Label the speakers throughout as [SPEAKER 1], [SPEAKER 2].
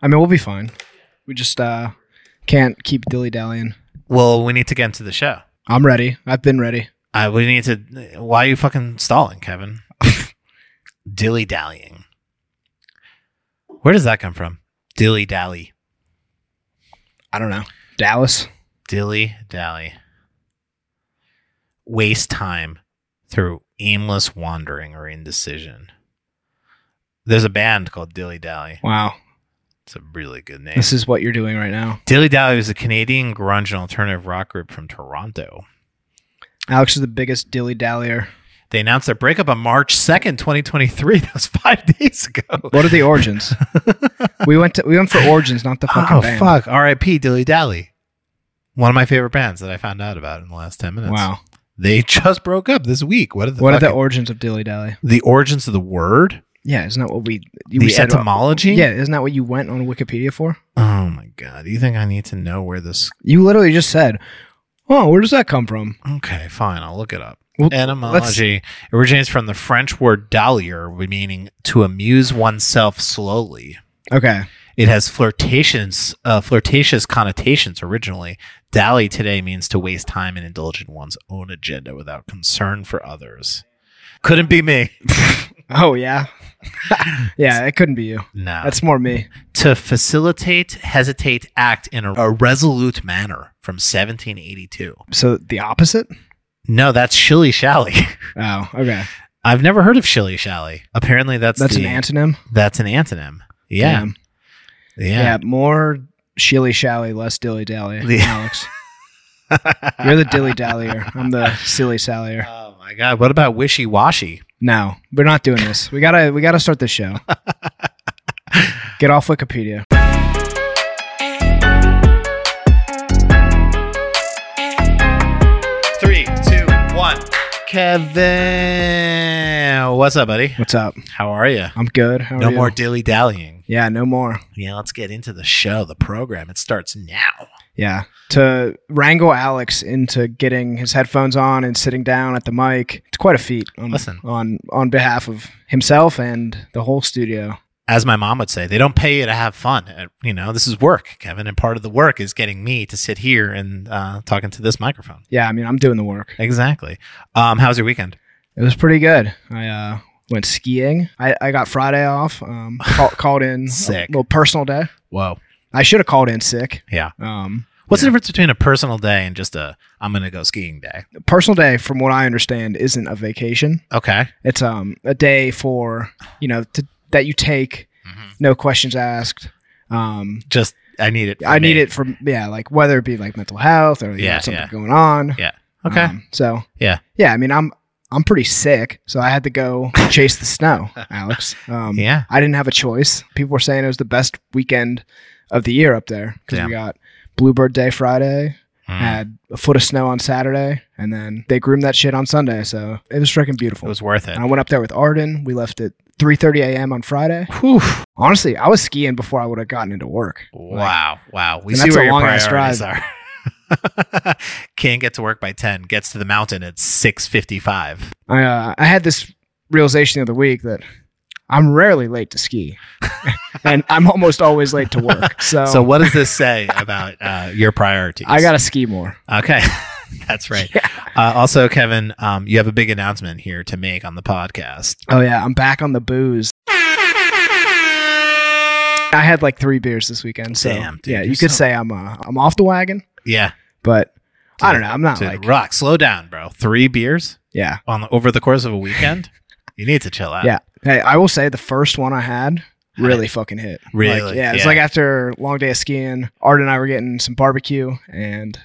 [SPEAKER 1] I mean, we'll be fine. We just uh, can't keep dilly dallying.
[SPEAKER 2] Well, we need to get into the show.
[SPEAKER 1] I'm ready. I've been ready.
[SPEAKER 2] Uh, we need to. Why are you fucking stalling, Kevin? Dilly dallying. Where does that come from? Dilly dally.
[SPEAKER 1] I don't know. Dallas.
[SPEAKER 2] Dilly dally. Waste time through aimless wandering or indecision. There's a band called Dilly Dally.
[SPEAKER 1] Wow.
[SPEAKER 2] It's a really good name.
[SPEAKER 1] This is what you're doing right now.
[SPEAKER 2] Dilly Dally was a Canadian grunge and alternative rock group from Toronto.
[SPEAKER 1] Alex is the biggest dilly dallyer.
[SPEAKER 2] They announced their breakup on March 2nd, 2023. That was five days ago.
[SPEAKER 1] What are the origins? we went to, we went for origins, not the fucking
[SPEAKER 2] oh,
[SPEAKER 1] band.
[SPEAKER 2] fuck. RIP Dilly Dally. One of my favorite bands that I found out about in the last 10 minutes.
[SPEAKER 1] Wow.
[SPEAKER 2] They just broke up this week. What are the,
[SPEAKER 1] what are the
[SPEAKER 2] fucking-
[SPEAKER 1] origins of dilly dally?
[SPEAKER 2] the origins of the word?
[SPEAKER 1] Yeah, isn't that what we you uh,
[SPEAKER 2] The etymology?
[SPEAKER 1] Yeah, isn't that what you went on Wikipedia for?
[SPEAKER 2] Oh my god. Do you think I need to know where this
[SPEAKER 1] You literally just said, "Oh, where does that come from?"
[SPEAKER 2] Okay, fine. I'll look it up.
[SPEAKER 1] Well,
[SPEAKER 2] Etymology originates from the French word dallier, meaning to amuse oneself slowly.
[SPEAKER 1] Okay,
[SPEAKER 2] It has flirtations, uh, flirtatious connotations originally. Dally today means to waste time and indulge in one's own agenda without concern for others. Couldn't be me.
[SPEAKER 1] Oh yeah, yeah. It couldn't be you.
[SPEAKER 2] No.
[SPEAKER 1] That's more me.
[SPEAKER 2] to facilitate, hesitate, act in a, a resolute manner from 1782.
[SPEAKER 1] So the opposite.
[SPEAKER 2] No, that's shilly shally.
[SPEAKER 1] Oh, okay.
[SPEAKER 2] I've never heard of shilly shally. Apparently, that's
[SPEAKER 1] That's
[SPEAKER 2] the-
[SPEAKER 1] an antonym.
[SPEAKER 2] That's an antonym. Yeah,
[SPEAKER 1] Damn.
[SPEAKER 2] yeah.
[SPEAKER 1] yeah. More shilly shally, less dilly dally.
[SPEAKER 2] The-
[SPEAKER 1] Alex, you're the dilly dallyer. I'm the silly sallier.
[SPEAKER 2] Oh my god! What about wishy washy?
[SPEAKER 1] No, we're not doing this. We gotta we gotta start this show. Get off Wikipedia.
[SPEAKER 2] Three, two, one. Kevin, what's up, buddy?
[SPEAKER 1] What's up?
[SPEAKER 2] How are you?
[SPEAKER 1] I'm good. How are
[SPEAKER 2] No
[SPEAKER 1] you?
[SPEAKER 2] more dilly dallying.
[SPEAKER 1] Yeah, no more.
[SPEAKER 2] Yeah, let's get into the show, the program. It starts now.
[SPEAKER 1] Yeah. To wrangle Alex into getting his headphones on and sitting down at the mic, it's quite a feat on
[SPEAKER 2] Listen.
[SPEAKER 1] on, on behalf of himself and the whole studio.
[SPEAKER 2] As my mom would say, they don't pay you to have fun. Uh, You know, this is work, Kevin, and part of the work is getting me to sit here and uh, talking to this microphone.
[SPEAKER 1] Yeah, I mean, I'm doing the work.
[SPEAKER 2] Exactly. Um, how's your weekend?
[SPEAKER 1] It was pretty good. I uh, went skiing. I, I got Friday off. Um, call, called in
[SPEAKER 2] Sick.
[SPEAKER 1] a little personal day.
[SPEAKER 2] Whoa.
[SPEAKER 1] I should have called in sick.
[SPEAKER 2] Yeah.
[SPEAKER 1] Um,
[SPEAKER 2] What's the difference between a personal day and just a I'm going to go skiing day?
[SPEAKER 1] personal day, from what I understand, isn't a vacation.
[SPEAKER 2] Okay.
[SPEAKER 1] It's um a day for you know to, that you take, no questions asked. Um,
[SPEAKER 2] Just I need it. for
[SPEAKER 1] I need
[SPEAKER 2] me.
[SPEAKER 1] it for yeah, like whether it be like mental health or you know,
[SPEAKER 2] Yeah,
[SPEAKER 1] something
[SPEAKER 2] yeah.
[SPEAKER 1] going on.
[SPEAKER 2] Yeah. Okay.
[SPEAKER 1] Um, so
[SPEAKER 2] Yeah.
[SPEAKER 1] yeah. I mean, I'm I'm pretty sick, so I had to go chase the snow, Alex. Um,
[SPEAKER 2] Yeah.
[SPEAKER 1] I didn't have a choice. People were saying it was the best weekend of the year up there because we got Bluebird Day Friday,
[SPEAKER 2] Mm.
[SPEAKER 1] had a foot of snow on Saturday, and then they groomed that shit on Sunday. So it was freaking beautiful.
[SPEAKER 2] It was worth it.
[SPEAKER 1] and I went up there with Arden. We left at 3:30 a.m. on Friday.
[SPEAKER 2] Whew.
[SPEAKER 1] Honestly, I was skiing before I would have gotten into work. Like,
[SPEAKER 2] Wow. Wow. We
[SPEAKER 1] And
[SPEAKER 2] see
[SPEAKER 1] that's
[SPEAKER 2] where
[SPEAKER 1] a
[SPEAKER 2] your
[SPEAKER 1] long-ass
[SPEAKER 2] priorities are. Can't get to work by 10. Gets to the mountain at 6.55.
[SPEAKER 1] I uh, I had this realization the other week that I'm rarely late to ski, and I'm almost always late to work. So,
[SPEAKER 2] So what does this say about uh, your priorities?
[SPEAKER 1] I gotta ski more.
[SPEAKER 2] Okay. That's right. Uh, also, Kevin, um, you have a big announcement here to make on the podcast.
[SPEAKER 1] Oh yeah, I'm back on the booze. I had like three beers this weekend. So
[SPEAKER 2] Damn, dude,
[SPEAKER 1] yeah,
[SPEAKER 2] you're
[SPEAKER 1] you could
[SPEAKER 2] so-
[SPEAKER 1] say I'm uh, I'm off the wagon,
[SPEAKER 2] Yeah.
[SPEAKER 1] but I
[SPEAKER 2] Dude,
[SPEAKER 1] don't know. I'm not
[SPEAKER 2] Dude,
[SPEAKER 1] like
[SPEAKER 2] rock. Slow down, bro. Three beers
[SPEAKER 1] yeah
[SPEAKER 2] on the, over the course of a weekend? you need to chill out.
[SPEAKER 1] yeah. Hey, I will say the first one I had really fucking hit.
[SPEAKER 2] Really?
[SPEAKER 1] Like, yeah, it's
[SPEAKER 2] Yeah.
[SPEAKER 1] like after a long day of skiing, Art and I were getting some barbecue and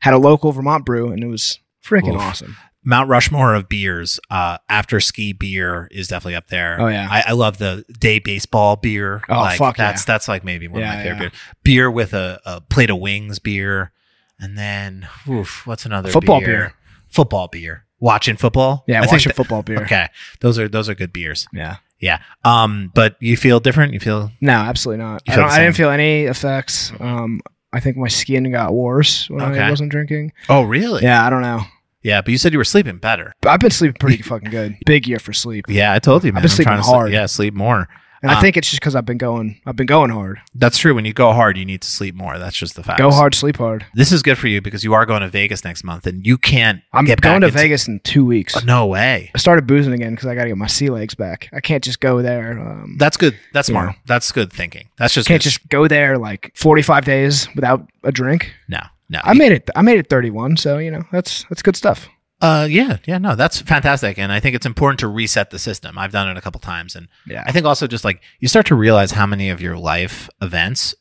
[SPEAKER 1] had a local Vermont brew, and it was freaking
[SPEAKER 2] Oof.
[SPEAKER 1] awesome.
[SPEAKER 2] Mount Rushmore of beers. Uh, after ski beer is definitely up there.
[SPEAKER 1] Oh, yeah.
[SPEAKER 2] I, I love the day baseball beer.
[SPEAKER 1] Oh,
[SPEAKER 2] like,
[SPEAKER 1] fuck
[SPEAKER 2] that's that's like maybe one of my
[SPEAKER 1] Yeah,
[SPEAKER 2] favorite
[SPEAKER 1] yeah.
[SPEAKER 2] beers. Beer with a, a plate of wings beer, and then oof, what's another
[SPEAKER 1] Football beer.
[SPEAKER 2] Football beer. Watching football.
[SPEAKER 1] Yeah,
[SPEAKER 2] think
[SPEAKER 1] watch a
[SPEAKER 2] that-
[SPEAKER 1] football beer.
[SPEAKER 2] Okay, those are those are good beers.
[SPEAKER 1] Yeah.
[SPEAKER 2] Yeah. Um, but you feel different. You feel
[SPEAKER 1] No, absolutely not.
[SPEAKER 2] You
[SPEAKER 1] I,
[SPEAKER 2] feel
[SPEAKER 1] don't,
[SPEAKER 2] the
[SPEAKER 1] I didn't
[SPEAKER 2] same.
[SPEAKER 1] feel any effects. Um, I think my skin got worse when
[SPEAKER 2] Okay.
[SPEAKER 1] I wasn't drinking.
[SPEAKER 2] oh really?
[SPEAKER 1] Yeah, I don't know.
[SPEAKER 2] Yeah. But you said you were sleeping better.
[SPEAKER 1] But I've been sleeping pretty fucking good. Big year for sleep.
[SPEAKER 2] Yeah, I told you. Man.
[SPEAKER 1] been sleeping
[SPEAKER 2] trying to
[SPEAKER 1] hard.
[SPEAKER 2] Sleep, yeah, sleep more.
[SPEAKER 1] And I
[SPEAKER 2] Uh,
[SPEAKER 1] think it's just because I've been going, I've been going hard.
[SPEAKER 2] That's true. When you go hard, you need to sleep more. That's just the fact.
[SPEAKER 1] Go hard, sleep hard.
[SPEAKER 2] This is good for you because you are going to Vegas next month, and you can't.
[SPEAKER 1] I'm
[SPEAKER 2] get
[SPEAKER 1] going to
[SPEAKER 2] back into-
[SPEAKER 1] Vegas in two weeks.
[SPEAKER 2] Oh, no way.
[SPEAKER 1] I started boozing again because I got to get my sea legs back. I can't just go there. Um,
[SPEAKER 2] That's good. That's
[SPEAKER 1] Yeah.
[SPEAKER 2] smart. That's good thinking. That's just
[SPEAKER 1] can't
[SPEAKER 2] good.
[SPEAKER 1] just go there like 45 days without a drink.
[SPEAKER 2] no, no.
[SPEAKER 1] I made it. I made it 31. So you know that's that's good stuff.
[SPEAKER 2] uh, yeah, yeah. No, that's fantastic, and I think it's important to reset the system. I've done it a couple times, and
[SPEAKER 1] Yeah.
[SPEAKER 2] I think also just like you start to realize how many of your life events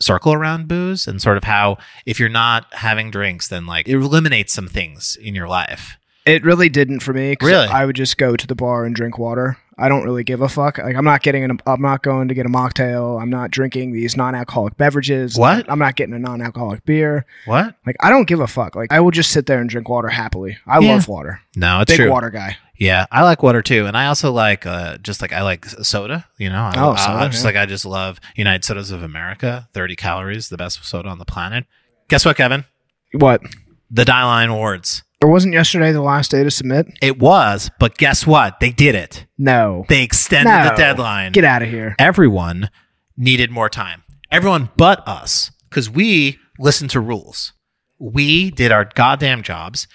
[SPEAKER 2] circle around booze and sort of how if you're not having drinks then like it eliminates some things in your life
[SPEAKER 1] It really didn't for me. 'cause
[SPEAKER 2] Really?
[SPEAKER 1] I would just go to the bar and drink water. I don't really give a fuck. Like I'm not getting. An, I'm not going to get a mocktail. I'm not drinking these non-alcoholic beverages.
[SPEAKER 2] What?
[SPEAKER 1] I'm not getting a non-alcoholic beer.
[SPEAKER 2] what
[SPEAKER 1] Like I don't give a fuck. Like I will just sit there and drink water happily. I
[SPEAKER 2] Yeah.
[SPEAKER 1] love water.
[SPEAKER 2] no it's
[SPEAKER 1] Big
[SPEAKER 2] true
[SPEAKER 1] water guy.
[SPEAKER 2] yeah i like water too and i also like uh just like i like s- soda you know i,
[SPEAKER 1] Oh,
[SPEAKER 2] I-
[SPEAKER 1] soda,
[SPEAKER 2] I just
[SPEAKER 1] yeah.
[SPEAKER 2] like i just love united sodas of america 30 calories the best soda on the planet guess what kevin
[SPEAKER 1] What?
[SPEAKER 2] the Dieline awards
[SPEAKER 1] It wasn't yesterday the last day to submit.
[SPEAKER 2] it was but guess what they did it
[SPEAKER 1] No.
[SPEAKER 2] they extended the
[SPEAKER 1] No.
[SPEAKER 2] deadline
[SPEAKER 1] Get out of here.
[SPEAKER 2] everyone needed more time. Everyone but us, because we listened to rules. We did our goddamn jobs.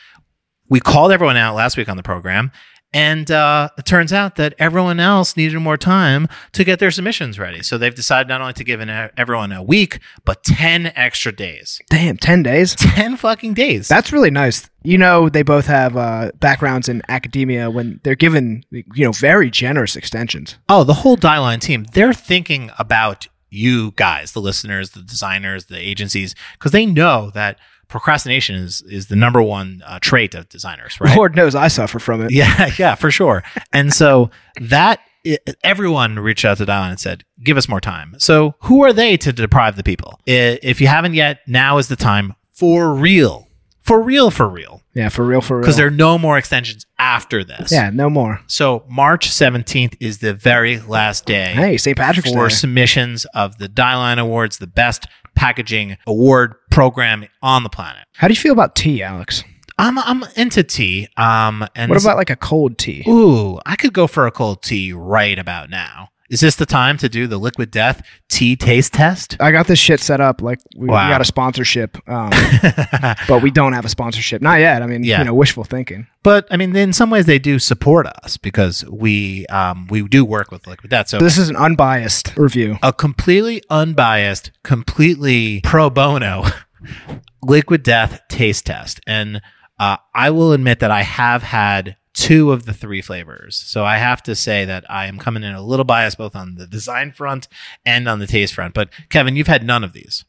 [SPEAKER 2] We called everyone out last week on the program. And uh, it turns out that everyone else needed more time to get their submissions ready. So they've decided not only to give an, everyone a week, but 10 extra days.
[SPEAKER 1] Damn, 10 days?
[SPEAKER 2] 10 fucking days.
[SPEAKER 1] That's really nice. You know, they both have uh, backgrounds in academia when they're given, you know, very generous extensions.
[SPEAKER 2] Oh, the whole Dieline team, they're thinking about you guys, the listeners, the designers, the agencies, because they know that procrastination is, is the number one uh, trait of designers, right?
[SPEAKER 1] Lord knows I suffer from it.
[SPEAKER 2] Yeah, yeah, for sure. And so that i everyone reached out to Dieline and said, give us more time. So who are they to deprive the people? I- If you haven't yet, now is the time for real. For real, for real.
[SPEAKER 1] Yeah, for real, for real.
[SPEAKER 2] Because there are no more extensions after this.
[SPEAKER 1] yeah, no more.
[SPEAKER 2] So March 17th is the very last day
[SPEAKER 1] Hey, St. Patrick's
[SPEAKER 2] for
[SPEAKER 1] Day.
[SPEAKER 2] submissions of the Dieline Awards, the best packaging award program on the planet.
[SPEAKER 1] How do you feel about tea, Alex?
[SPEAKER 2] I'm I'm into tea. Um, and
[SPEAKER 1] What about like a cold tea?
[SPEAKER 2] ooh, I could go for a cold tea right about now. Is this the time to do the Liquid Death tea taste test?
[SPEAKER 1] I got this shit set up. Like we,
[SPEAKER 2] Wow.
[SPEAKER 1] we got a sponsorship, um, but we don't have a sponsorship. Not yet. I mean,
[SPEAKER 2] Yeah.
[SPEAKER 1] you know, wishful thinking.
[SPEAKER 2] but I mean, in some ways, they do support us because we um we do work with Liquid Death. So
[SPEAKER 1] This is an unbiased review.
[SPEAKER 2] a completely unbiased, completely pro bono liquid death taste test. And uh, I will admit that I have had two of the three flavors. So I have to say that I am coming in a little biased both on the design front and on the taste front. But Kevin, you've had none of these.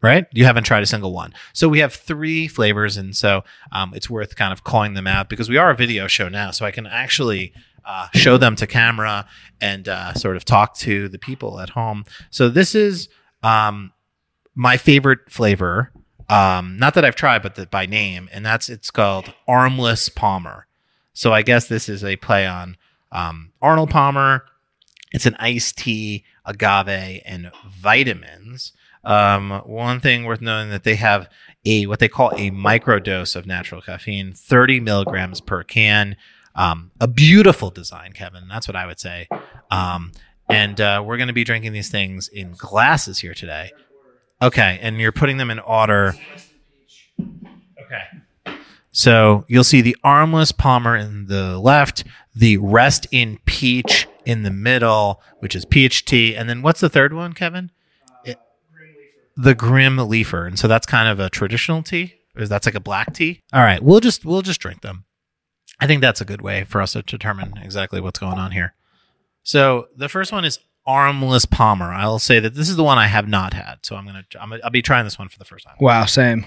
[SPEAKER 2] Right? You haven't tried a single one. So we have three flavors. And so um, it's worth kind of calling them out because we are a video show now. So I can actually uh, show them to camera and uh, sort of talk to the people at home. So this is um, my favorite flavor. Um, not that I've tried, but that by name, and that's it's called Armless Palmer. So I guess this is a play on um, Arnold Palmer. It's an iced tea, agave, and vitamins. Um, one thing worth noting that they have a what they call a microdose of natural caffeine, 30 milligrams per can. Um, a beautiful design, Kevin. That's what I would say. Um, and uh, we're going to be drinking these things in glasses here today. Okay, and you're putting them in order. Okay. So you'll see the armless Palmer in the left, the rest in peach in the middle, which is peach tea, and then what's the third one, Kevin? It- the grim leafer, and so that's kind of a traditional tea. Or that's like a black tea. All right, we'll just we'll just drink them. I think that's a good way for us to determine exactly what's going on here. So the first one is armless Palmer. I'll say that this is the one I have not had, so I'm gonna I'm, gonna- I'll be trying this one for the first time.
[SPEAKER 1] Wow, same.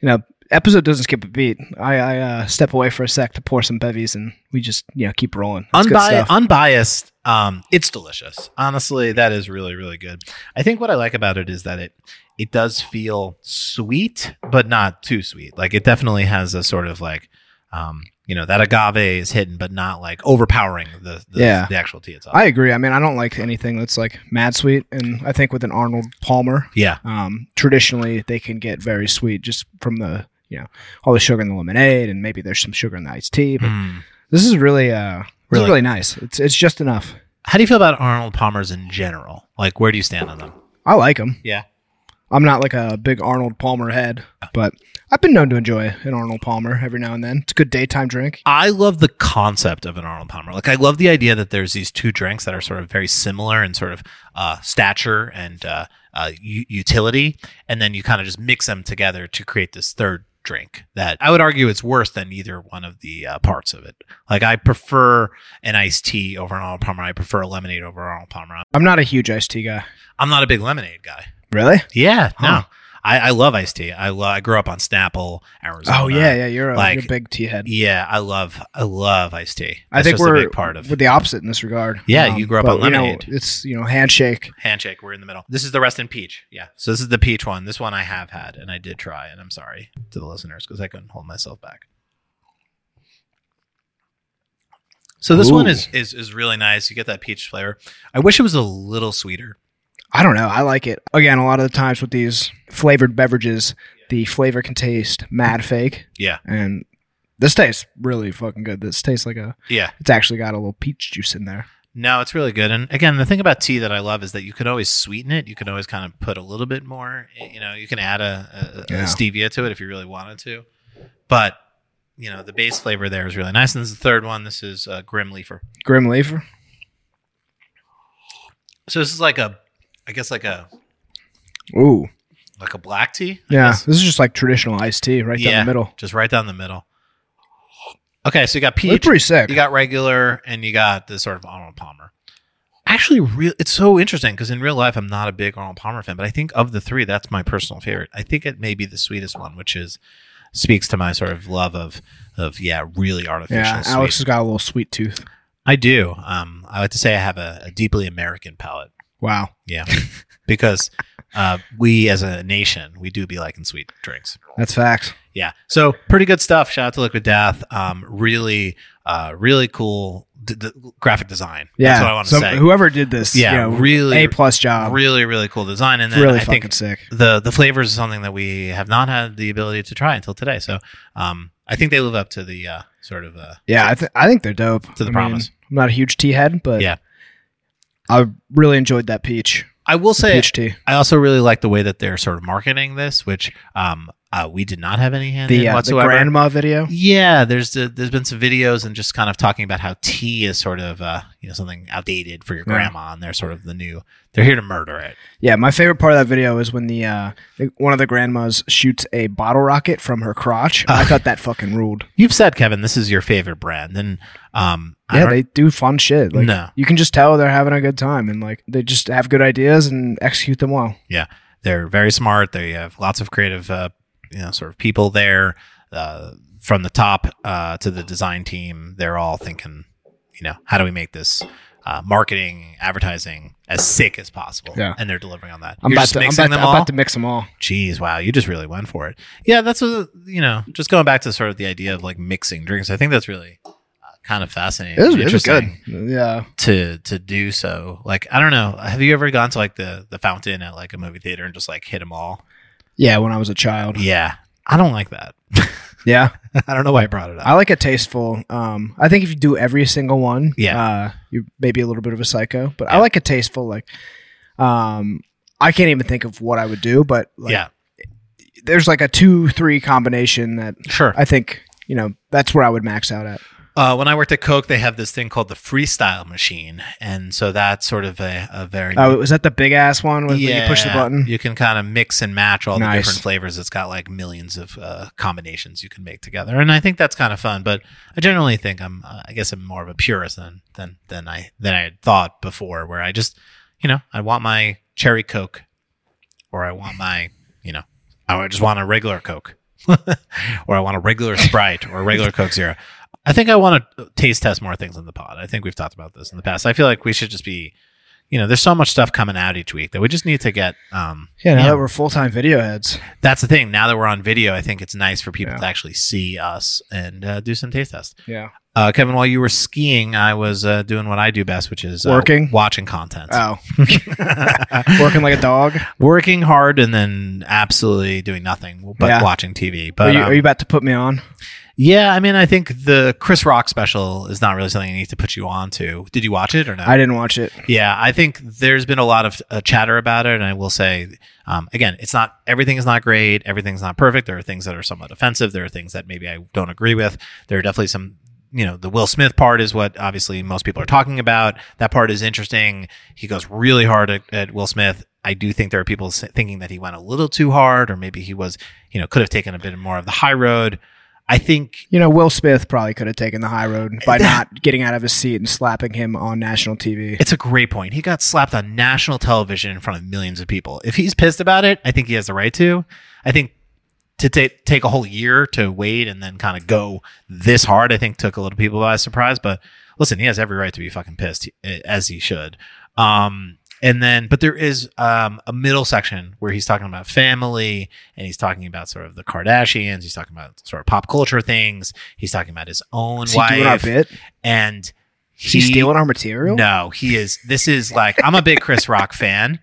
[SPEAKER 1] You know, episode doesn't skip a beat. I, I uh, step away for a sec to pour some bevies, and we just you know keep rolling. That's good
[SPEAKER 2] Unbi-
[SPEAKER 1] stuff.
[SPEAKER 2] unbiased um it's delicious honestly that is really really good i think what i like about it is that it it does feel sweet but not too sweet like it definitely has a sort of like um you know that agave is hidden but not like overpowering the the,
[SPEAKER 1] Yeah.
[SPEAKER 2] the actual tea itself
[SPEAKER 1] I agree. I mean, I don't like anything that's like mad sweet, and I think with an Arnold Palmer,
[SPEAKER 2] yeah
[SPEAKER 1] um, traditionally they can get very sweet just from the you know all the sugar in the lemonade, and maybe there's some sugar in the iced tea. But
[SPEAKER 2] Mm.
[SPEAKER 1] This is really uh this
[SPEAKER 2] Really?
[SPEAKER 1] is really nice. It's it's just enough.
[SPEAKER 2] How do you feel about Arnold Palmer's in general? Like, where do you stand on them?
[SPEAKER 1] I like them.
[SPEAKER 2] Yeah.
[SPEAKER 1] I'm not like a big Arnold Palmer head, but I've been known to enjoy an Arnold Palmer every now and then. It's a good daytime drink.
[SPEAKER 2] I love the concept of an Arnold Palmer. Like, I love the idea that there's these two drinks that are sort of very similar in sort of uh, stature and uh, uh, u- utility, and then you kind of just mix them together to create this third drink. That I would argue it's worse than either one of the uh, parts of it. Like, I prefer an iced tea over an Arnold Palmer. I prefer a lemonade over an Arnold Palmer.
[SPEAKER 1] I'm not a huge iced tea guy.
[SPEAKER 2] I'm not a big lemonade guy.
[SPEAKER 1] Really?
[SPEAKER 2] Yeah,
[SPEAKER 1] Huh.
[SPEAKER 2] no. I, I love iced tea. I lo- I grew up on Snapple, Arizona.
[SPEAKER 1] Oh yeah, yeah. You're a,
[SPEAKER 2] like-
[SPEAKER 1] you're a big tea head.
[SPEAKER 2] Yeah, I love I love iced tea.
[SPEAKER 1] I
[SPEAKER 2] That's
[SPEAKER 1] think
[SPEAKER 2] just
[SPEAKER 1] we're
[SPEAKER 2] a big part of
[SPEAKER 1] With the opposite in this regard. Um,
[SPEAKER 2] Yeah, you grew up
[SPEAKER 1] but,
[SPEAKER 2] on
[SPEAKER 1] you know,
[SPEAKER 2] lemonade.
[SPEAKER 1] it's you know handshake.
[SPEAKER 2] handshake. We're in the middle. This is the rest in peach. Yeah. So this is the peach one. This one I have had and I did try, and I'm sorry to the listeners because I couldn't hold myself back. So this one
[SPEAKER 1] Ooh.
[SPEAKER 2] is, is is really nice. You get that peach flavor. I wish it was a little sweeter.
[SPEAKER 1] I don't know. I like it. Again, a lot of the times with these flavored beverages, the flavor can taste mad fake.
[SPEAKER 2] Yeah.
[SPEAKER 1] And this tastes really fucking good. This tastes like a.
[SPEAKER 2] Yeah.
[SPEAKER 1] It's actually got a little peach juice in there.
[SPEAKER 2] No, it's really good. And again, the thing about tea that I love is that you could always sweeten it. You can always kind of put a little bit more. You know, you can add a, a, a
[SPEAKER 1] Yeah.
[SPEAKER 2] stevia to it if you really wanted to. But you know, the base flavor there is really nice. And this is the third one. This is uh, Grim Leafer.
[SPEAKER 1] Grim Leafer.
[SPEAKER 2] So this is like a, I guess like a
[SPEAKER 1] Ooh.
[SPEAKER 2] like a black tea. I
[SPEAKER 1] Yeah.
[SPEAKER 2] guess.
[SPEAKER 1] This is just like traditional iced tea right down
[SPEAKER 2] Yeah.
[SPEAKER 1] the middle.
[SPEAKER 2] just right down the middle. Okay, so you got peach,
[SPEAKER 1] It's pretty sick.
[SPEAKER 2] you got regular, and you got this sort of Arnold Palmer. Actually, real it's so interesting because in real life I'm not a big Arnold Palmer fan, but I think of the three, that's my personal favorite. I think it may be the sweetest one, which is speaks to my sort of love of of yeah, really artificial.
[SPEAKER 1] yeah.
[SPEAKER 2] sweet.
[SPEAKER 1] Alex has got a little sweet tooth.
[SPEAKER 2] I do. Um, I like to say I have a, a deeply American palate.
[SPEAKER 1] Wow.
[SPEAKER 2] Yeah, because uh, we as a nation we do be liking sweet drinks.
[SPEAKER 1] That's facts.
[SPEAKER 2] Yeah. So pretty good stuff. Shout out to Liquid Death. Um, really, uh, really cool d- d- graphic design.
[SPEAKER 1] Yeah.
[SPEAKER 2] That's what I want to
[SPEAKER 1] So
[SPEAKER 2] say.
[SPEAKER 1] Whoever did this,
[SPEAKER 2] yeah.
[SPEAKER 1] yeah,
[SPEAKER 2] really,
[SPEAKER 1] A plus job.
[SPEAKER 2] really, really cool design. And
[SPEAKER 1] It's
[SPEAKER 2] then
[SPEAKER 1] really
[SPEAKER 2] I
[SPEAKER 1] fucking
[SPEAKER 2] think
[SPEAKER 1] sick.
[SPEAKER 2] the the flavors is something that we have not had the ability to try until today. So um, I think they live up to the uh, sort of uh,
[SPEAKER 1] Yeah, I, th- I think they're dope.
[SPEAKER 2] To the
[SPEAKER 1] I
[SPEAKER 2] promise.
[SPEAKER 1] I'm not a huge tea head, but
[SPEAKER 2] Yeah.
[SPEAKER 1] I really enjoyed that peach.
[SPEAKER 2] I will say
[SPEAKER 1] Peach tea.
[SPEAKER 2] I also really like the way that they're sort of marketing this, which um, uh, we did not have any hand
[SPEAKER 1] The,
[SPEAKER 2] in
[SPEAKER 1] uh, the
[SPEAKER 2] whatsoever.
[SPEAKER 1] grandma video.
[SPEAKER 2] Yeah, there's the, there's been some videos and just kind of talking about how tea is sort of uh, you know something outdated for your
[SPEAKER 1] Yeah.
[SPEAKER 2] grandma, and they're sort of the new. They're here to murder it.
[SPEAKER 1] Yeah, my favorite part of that video is when the, uh, the one of the grandmas shoots a bottle rocket from her crotch. I thought that fucking ruled.
[SPEAKER 2] You've said, Kevin, this is your favorite brand, and um, I
[SPEAKER 1] Yeah,
[SPEAKER 2] don't-
[SPEAKER 1] they do fun shit. Like
[SPEAKER 2] no,
[SPEAKER 1] you can just tell they're having a good time and like they just have good ideas and execute them well.
[SPEAKER 2] they're very smart. They have lots of creative, uh, you know, sort of people there, uh, from the top uh, to the design team. They're all thinking, you know, how do we make this. Uh, marketing, advertising, as sick as possible,
[SPEAKER 1] Yeah.
[SPEAKER 2] and they're delivering on that.
[SPEAKER 1] I'm,
[SPEAKER 2] You're
[SPEAKER 1] about
[SPEAKER 2] just
[SPEAKER 1] to, I'm,
[SPEAKER 2] mixing
[SPEAKER 1] about, to,
[SPEAKER 2] them
[SPEAKER 1] I'm
[SPEAKER 2] all?
[SPEAKER 1] about to mix them all.
[SPEAKER 2] Jeez, wow, you just really went for it. Yeah, that's what you know. Just going back to sort of the idea of like mixing drinks, I think that's really uh, kind of fascinating.
[SPEAKER 1] It was,
[SPEAKER 2] and
[SPEAKER 1] it was good.
[SPEAKER 2] interesting
[SPEAKER 1] Yeah.
[SPEAKER 2] to to do so. Like, I don't know, have you ever gone to like the the fountain at like a movie theater and just like hit them all?
[SPEAKER 1] Yeah, when I was a child.
[SPEAKER 2] Yeah, I don't like that.
[SPEAKER 1] Yeah.
[SPEAKER 2] I don't know why I brought it up.
[SPEAKER 1] I like a tasteful. Um, I think if you do every single one,
[SPEAKER 2] Yeah.
[SPEAKER 1] uh, you may be a little bit of a psycho. But I
[SPEAKER 2] Yeah.
[SPEAKER 1] like a tasteful. Like, um, I can't even think of what I would do, but like,
[SPEAKER 2] yeah,
[SPEAKER 1] there's like a two three combination that
[SPEAKER 2] sure.
[SPEAKER 1] I think you know that's where I would max out at.
[SPEAKER 2] Uh, when I worked at Coke, they have this thing called the freestyle machine, and so that's sort of a, a very
[SPEAKER 1] Oh, was that the big ass one with when you push the button?
[SPEAKER 2] You can kind of mix and match all the
[SPEAKER 1] Nice.
[SPEAKER 2] different flavors. It's got like millions of uh, combinations you can make together, and I think that's kind of fun. But I generally think I'm, uh, I guess, I'm more of a purist than than than I than I had thought before, where I just, you know, I want my cherry Coke, or I want my, you know, I just want a regular Coke, or I want a regular Sprite or a regular Coke Zero. I think I want to taste test more things in the pod. I think we've talked about this in the past. I feel like we should just be, you know, there's so much stuff coming out each week that we just need to get. Um,
[SPEAKER 1] Yeah, now
[SPEAKER 2] Yeah.
[SPEAKER 1] that we're full time video heads,
[SPEAKER 2] that's the thing. Now that we're on video, I think it's nice for people
[SPEAKER 1] Yeah.
[SPEAKER 2] to actually see us and uh, do some taste tests.
[SPEAKER 1] yeah,
[SPEAKER 2] Uh, Kevin, while you were skiing, I was uh, doing what I do best, which is uh,
[SPEAKER 1] Working?
[SPEAKER 2] watching content,
[SPEAKER 1] oh, working like a dog.
[SPEAKER 2] working hard, and then absolutely doing nothing but
[SPEAKER 1] Yeah.
[SPEAKER 2] watching TV.
[SPEAKER 1] Are
[SPEAKER 2] But
[SPEAKER 1] you,
[SPEAKER 2] um,
[SPEAKER 1] are you about to put me on?
[SPEAKER 2] Yeah, I mean, I think the Chris Rock special is not really something I need to put you on to. Did you watch it or no?
[SPEAKER 1] I didn't watch it.
[SPEAKER 2] yeah, I think there's been a lot of uh, chatter about it, and I will say, um, again, it's not everything is not great, everything's not perfect. There are things that are somewhat offensive. There are things that maybe I don't agree with. There are definitely some. You know, the Will Smith part is what obviously most people are talking about. That part is interesting. He goes really hard at, at Will Smith. I do think there are people s- thinking that he went a little too hard, or maybe he was, you know, could have taken a bit more of the high road. I think
[SPEAKER 1] You know, Will Smith probably could have taken the high road by not getting out of his seat and slapping him on national TV.
[SPEAKER 2] It's a great point. He got slapped on national television in front of millions of people. If he's pissed about it, I think he has the right to. I think to ta- take a whole year to wait and then kind of go this hard, I think took a lot of people by surprise. But listen, he has every right to be fucking pissed eh, as he should. Um, and then, but there is um, a middle section where he's talking about family and he's talking about sort of the Kardashians. He's talking about sort of pop culture things. He's talking about his own
[SPEAKER 1] Is he doing our
[SPEAKER 2] wife.
[SPEAKER 1] bit?
[SPEAKER 2] and
[SPEAKER 1] Is he, stealing our material?
[SPEAKER 2] no, he is. This is like I'm a big Chris Rock fan,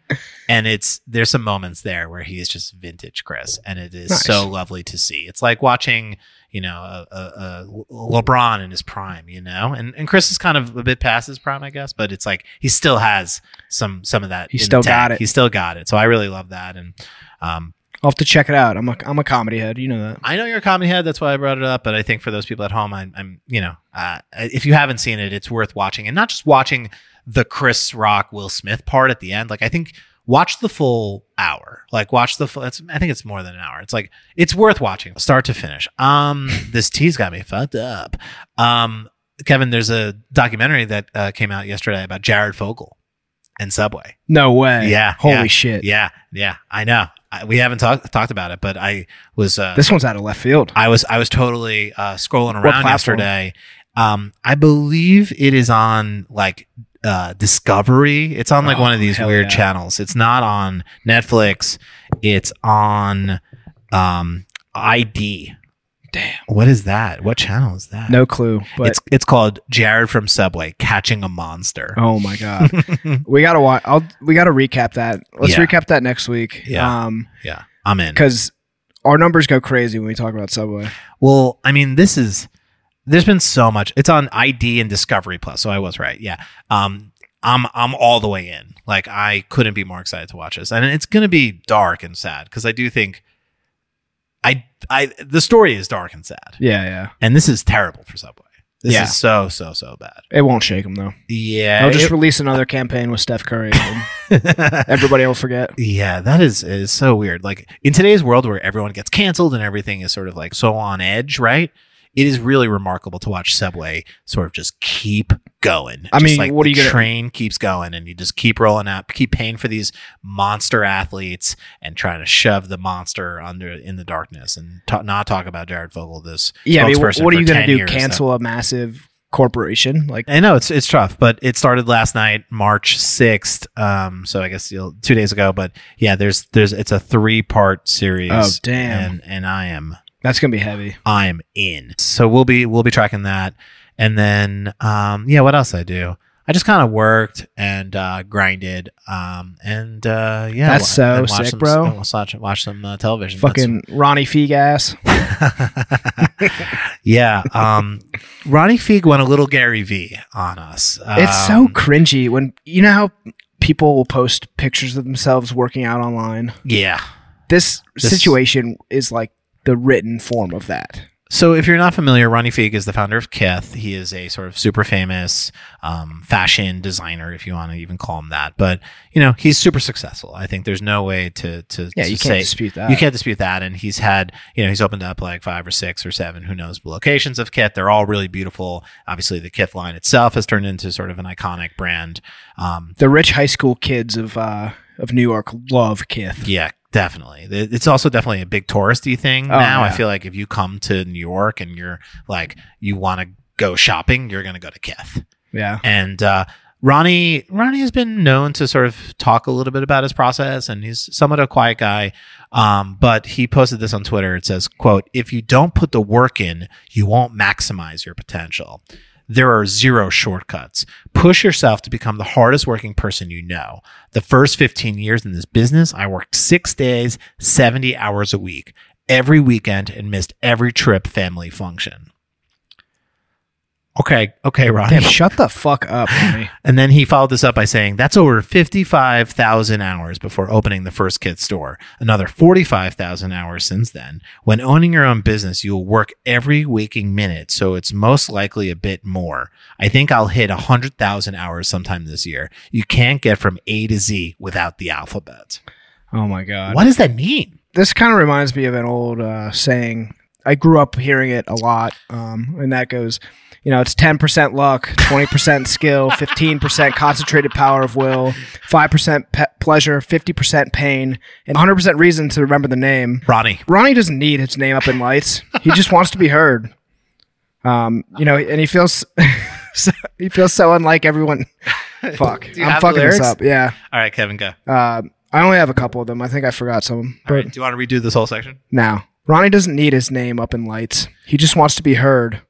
[SPEAKER 2] and it's there's some moments there where he is just vintage Chris, and it is
[SPEAKER 1] Nice.
[SPEAKER 2] so lovely to see. It's like watching you know a, a, a LeBron in his prime, you know, and and Chris is kind of a bit past his prime, I guess, but it's like he still has some some of that.
[SPEAKER 1] He
[SPEAKER 2] in the
[SPEAKER 1] still
[SPEAKER 2] tank.
[SPEAKER 1] got it.
[SPEAKER 2] He still got it. So I really love that, and um,
[SPEAKER 1] I'll have to check it out. I'm a I'm a comedy head. You know that.
[SPEAKER 2] I know you're a comedy head. That's why I brought it up. But I think for those people at home, I'm, I'm you know, uh, if you haven't seen it, it's worth watching and not just watching the Chris Rock Will Smith part at the end. Like I think watch the full hour. Like watch the full. It's, I think it's more than an hour. It's like it's worth watching, start to finish. Um, this tea's got me fucked up. Um, Kevin, there's a documentary that uh, came out yesterday about Jared Fogle and Subway.
[SPEAKER 1] No way.
[SPEAKER 2] Yeah,
[SPEAKER 1] Holy
[SPEAKER 2] yeah,
[SPEAKER 1] shit.
[SPEAKER 2] Yeah, yeah, I know. I, we haven't talked talked about it, but I was uh,
[SPEAKER 1] This one's out of left field.
[SPEAKER 2] I was I was totally uh, scrolling around
[SPEAKER 1] platform?
[SPEAKER 2] yesterday. Um, I believe it is on like uh, Discovery. It's on like
[SPEAKER 1] Oh,
[SPEAKER 2] one of these
[SPEAKER 1] hell
[SPEAKER 2] weird
[SPEAKER 1] yeah.
[SPEAKER 2] channels. It's not on Netflix. It's on um, ID.
[SPEAKER 1] Damn.
[SPEAKER 2] What is that? What channel is that?
[SPEAKER 1] No clue. But
[SPEAKER 2] it's it's called Jared from Subway catching a monster.
[SPEAKER 1] oh my god, we gotta watch. I'll we gotta recap that. Let's
[SPEAKER 2] Yeah.
[SPEAKER 1] recap that next week.
[SPEAKER 2] Yeah.
[SPEAKER 1] Um,
[SPEAKER 2] Yeah, I'm in.
[SPEAKER 1] because our numbers go crazy when we talk about Subway.
[SPEAKER 2] Well, I mean, this is there's been so much. It's on ID and Discovery Plus, so I was right. Yeah. Um I'm I'm all the way in. Like I couldn't be more excited to watch this. And it's going to be dark and sad cuz I do think I I the story is dark and sad.
[SPEAKER 1] Yeah, yeah.
[SPEAKER 2] And this is terrible for Subway. This
[SPEAKER 1] Yeah.
[SPEAKER 2] is so so so bad.
[SPEAKER 1] It won't shake them though.
[SPEAKER 2] Yeah.
[SPEAKER 1] They'll just
[SPEAKER 2] it-
[SPEAKER 1] release another campaign with Steph Curry. and everybody will forget.
[SPEAKER 2] Yeah, that is is so weird. Like in today's world where everyone gets canceled and everything is sort of like so on edge, right? It is really remarkable to watch Subway sort of just keep going.
[SPEAKER 1] I
[SPEAKER 2] Just
[SPEAKER 1] mean,
[SPEAKER 2] like
[SPEAKER 1] what are you
[SPEAKER 2] the
[SPEAKER 1] gonna-
[SPEAKER 2] train keeps going, and you just keep rolling out, keep paying for these monster athletes, and trying to shove the monster under in the darkness, and ta not talk about Jared Fogle. This
[SPEAKER 1] Yeah, I mean, what
[SPEAKER 2] spokesperson
[SPEAKER 1] what are
[SPEAKER 2] for
[SPEAKER 1] you gonna
[SPEAKER 2] 10
[SPEAKER 1] do?
[SPEAKER 2] years, though.
[SPEAKER 1] Cancel a massive corporation? Like,
[SPEAKER 2] I know it's it's tough, but it started last night, March sixth. Um, so I guess you'll, two days ago. But yeah, there's there's it's a three part series.
[SPEAKER 1] Oh, damn.
[SPEAKER 2] And and I am
[SPEAKER 1] that's gonna be heavy.
[SPEAKER 2] I am in. So we'll be we'll be tracking that, and then um, yeah, what else I do? I just kind of worked and uh, grinded, um, and uh, yeah,
[SPEAKER 1] That's
[SPEAKER 2] wa-
[SPEAKER 1] so
[SPEAKER 2] and watched
[SPEAKER 1] sick,
[SPEAKER 2] some,
[SPEAKER 1] bro.
[SPEAKER 2] and Watch, watch some uh, television. That's-
[SPEAKER 1] Fucking Ronnie Feegas.
[SPEAKER 2] yeah. Um, Ronnie Feig went a little Gary V on us.
[SPEAKER 1] It's so
[SPEAKER 2] Um,
[SPEAKER 1] cringy when you know how people will post pictures of themselves working out online.
[SPEAKER 2] yeah.
[SPEAKER 1] This,
[SPEAKER 2] This-
[SPEAKER 1] situation is like the written form of that.
[SPEAKER 2] So, if you're not familiar, Ronnie Feig is the founder of Kith. He is a sort of super famous um, fashion designer, if you want to even call him that. But you know, he's super successful. I think there's no way to to
[SPEAKER 1] Yeah,
[SPEAKER 2] to
[SPEAKER 1] you can't
[SPEAKER 2] say-
[SPEAKER 1] dispute that.
[SPEAKER 2] you can't dispute that. And he's had, you know, he's opened up like five or six or seven, who knows, locations of Kith. They're all really beautiful. Obviously, the Kith line itself has turned into sort of an iconic brand. Um,
[SPEAKER 1] The rich high school kids of uh, of New York love Kith.
[SPEAKER 2] Yeah, definitely. Th- It's also definitely a big touristy thing
[SPEAKER 1] Oh,
[SPEAKER 2] now. I
[SPEAKER 1] yeah.
[SPEAKER 2] feel like if you come to New York and you're like you want to go shopping, you're going to go to Kith.
[SPEAKER 1] Yeah,
[SPEAKER 2] And uh, Ronnie, Ronnie has been known to sort of talk a little bit about his process, and he's somewhat a quiet guy. Um, but he posted this on Twitter. It says, "quote If you don't put the work in, you won't maximize your potential." There are zero shortcuts. Push yourself to become the hardest working person you know. The first 15 years in this business, I worked six days, 70 hours a week. every weekend and missed every trip family function. Okay, okay, Ronnie.
[SPEAKER 1] Damn, shut the fuck up, homie.
[SPEAKER 2] And then he followed this up by saying, that's over 55,000 hours before opening the first kid store. Another 45,000 hours since then. When owning your own business, you'll work every waking minute, so it's most likely a bit more. I think I'll hit 100,000 hours sometime this year. You can't get from A to Z without the alphabet.
[SPEAKER 1] Oh my god.
[SPEAKER 2] What does that mean?
[SPEAKER 1] This kind of reminds me of an old uh, saying. I grew up hearing it a lot, um, and that goes, you know, it's ten percent luck, twenty percent skill, fifteen percent concentrated power of will, five percent pe- pleasure, fifty percent pain, and hundred percent reason to remember the name.
[SPEAKER 2] Ronnie.
[SPEAKER 1] Ronnie doesn't need his name up in lights. He just wants to be heard. Um, you know, and he feels so, he feels so unlike everyone. Fuck,
[SPEAKER 2] Do you
[SPEAKER 1] I'm
[SPEAKER 2] have the
[SPEAKER 1] fucking this
[SPEAKER 2] lyrics?
[SPEAKER 1] up. Yeah,
[SPEAKER 2] All right, Kevin, go.
[SPEAKER 1] uh, I only have a couple of them. I think I forgot some. of 'em.
[SPEAKER 2] All right, do you want to redo this whole section?
[SPEAKER 1] Now, Ronnie doesn't need his name up in lights. He just wants to be heard.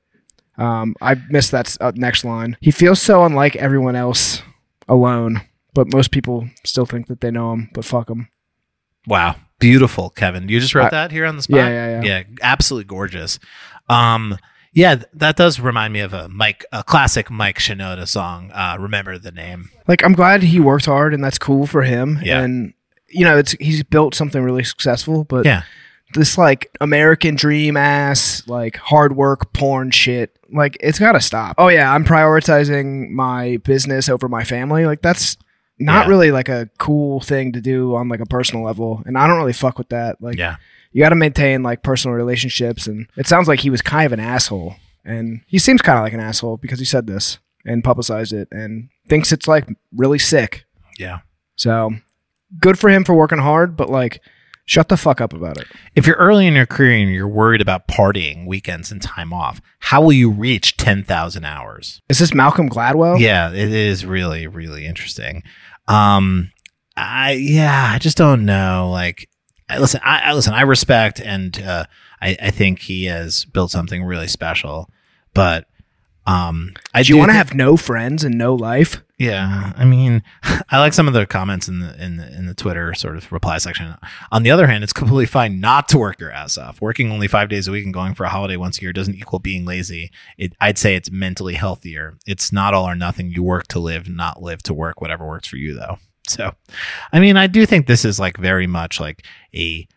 [SPEAKER 1] Um, I missed that s- uh, next line. He feels so unlike everyone else alone, but most people still think that they know him, but fuck him.
[SPEAKER 2] Wow. Beautiful, Kevin. You just wrote
[SPEAKER 1] I-
[SPEAKER 2] that here on the spot?
[SPEAKER 1] Uh, Yeah, yeah, yeah.
[SPEAKER 2] absolutely gorgeous. Um, yeah, th- that does remind me of a Mike, a classic Mike Shinoda song, uh, Remember the Name.
[SPEAKER 1] Like, I'm glad he worked hard and that's cool for him.
[SPEAKER 2] Yeah.
[SPEAKER 1] And, you know, it's he's built something really successful, but
[SPEAKER 2] Yeah.
[SPEAKER 1] this, like, American dream ass, like, hard work porn shit, like, it's got to stop. Oh, yeah, I'm prioritizing my business over my family. Like, that's not
[SPEAKER 2] Yeah.
[SPEAKER 1] really like a cool thing to do on like a personal level and i don't really fuck with that like
[SPEAKER 2] Yeah.
[SPEAKER 1] you got to maintain like personal relationships and it sounds like he was kind of an asshole and he seems kind of like an asshole because he said this and publicized it and thinks it's like really sick
[SPEAKER 2] Yeah.
[SPEAKER 1] so good for him for working hard but like shut the fuck up about it
[SPEAKER 2] If you're early in your career and you're worried about partying, weekends, and time off, how will you reach 10,000 hours?
[SPEAKER 1] is this malcolm gladwell
[SPEAKER 2] Yeah, it is really, really interesting. Um, I yeah, I just don't know. Like, I, listen, I, I listen. I respect and uh, I, I think he has built something really special. But um, I
[SPEAKER 1] do you want to
[SPEAKER 2] thi-
[SPEAKER 1] have no friends and no life
[SPEAKER 2] yeah, I mean, I like some of the comments in the in the, in the Twitter sort of reply section. On the other hand, it's completely fine not to work your ass off. Working only five days a week and going for a holiday once a year doesn't equal being lazy. It, I'd say it's mentally healthier. It's not all or nothing. You work to live, not live to work. Whatever works for you, though. So, I mean, I do think this is like very much like a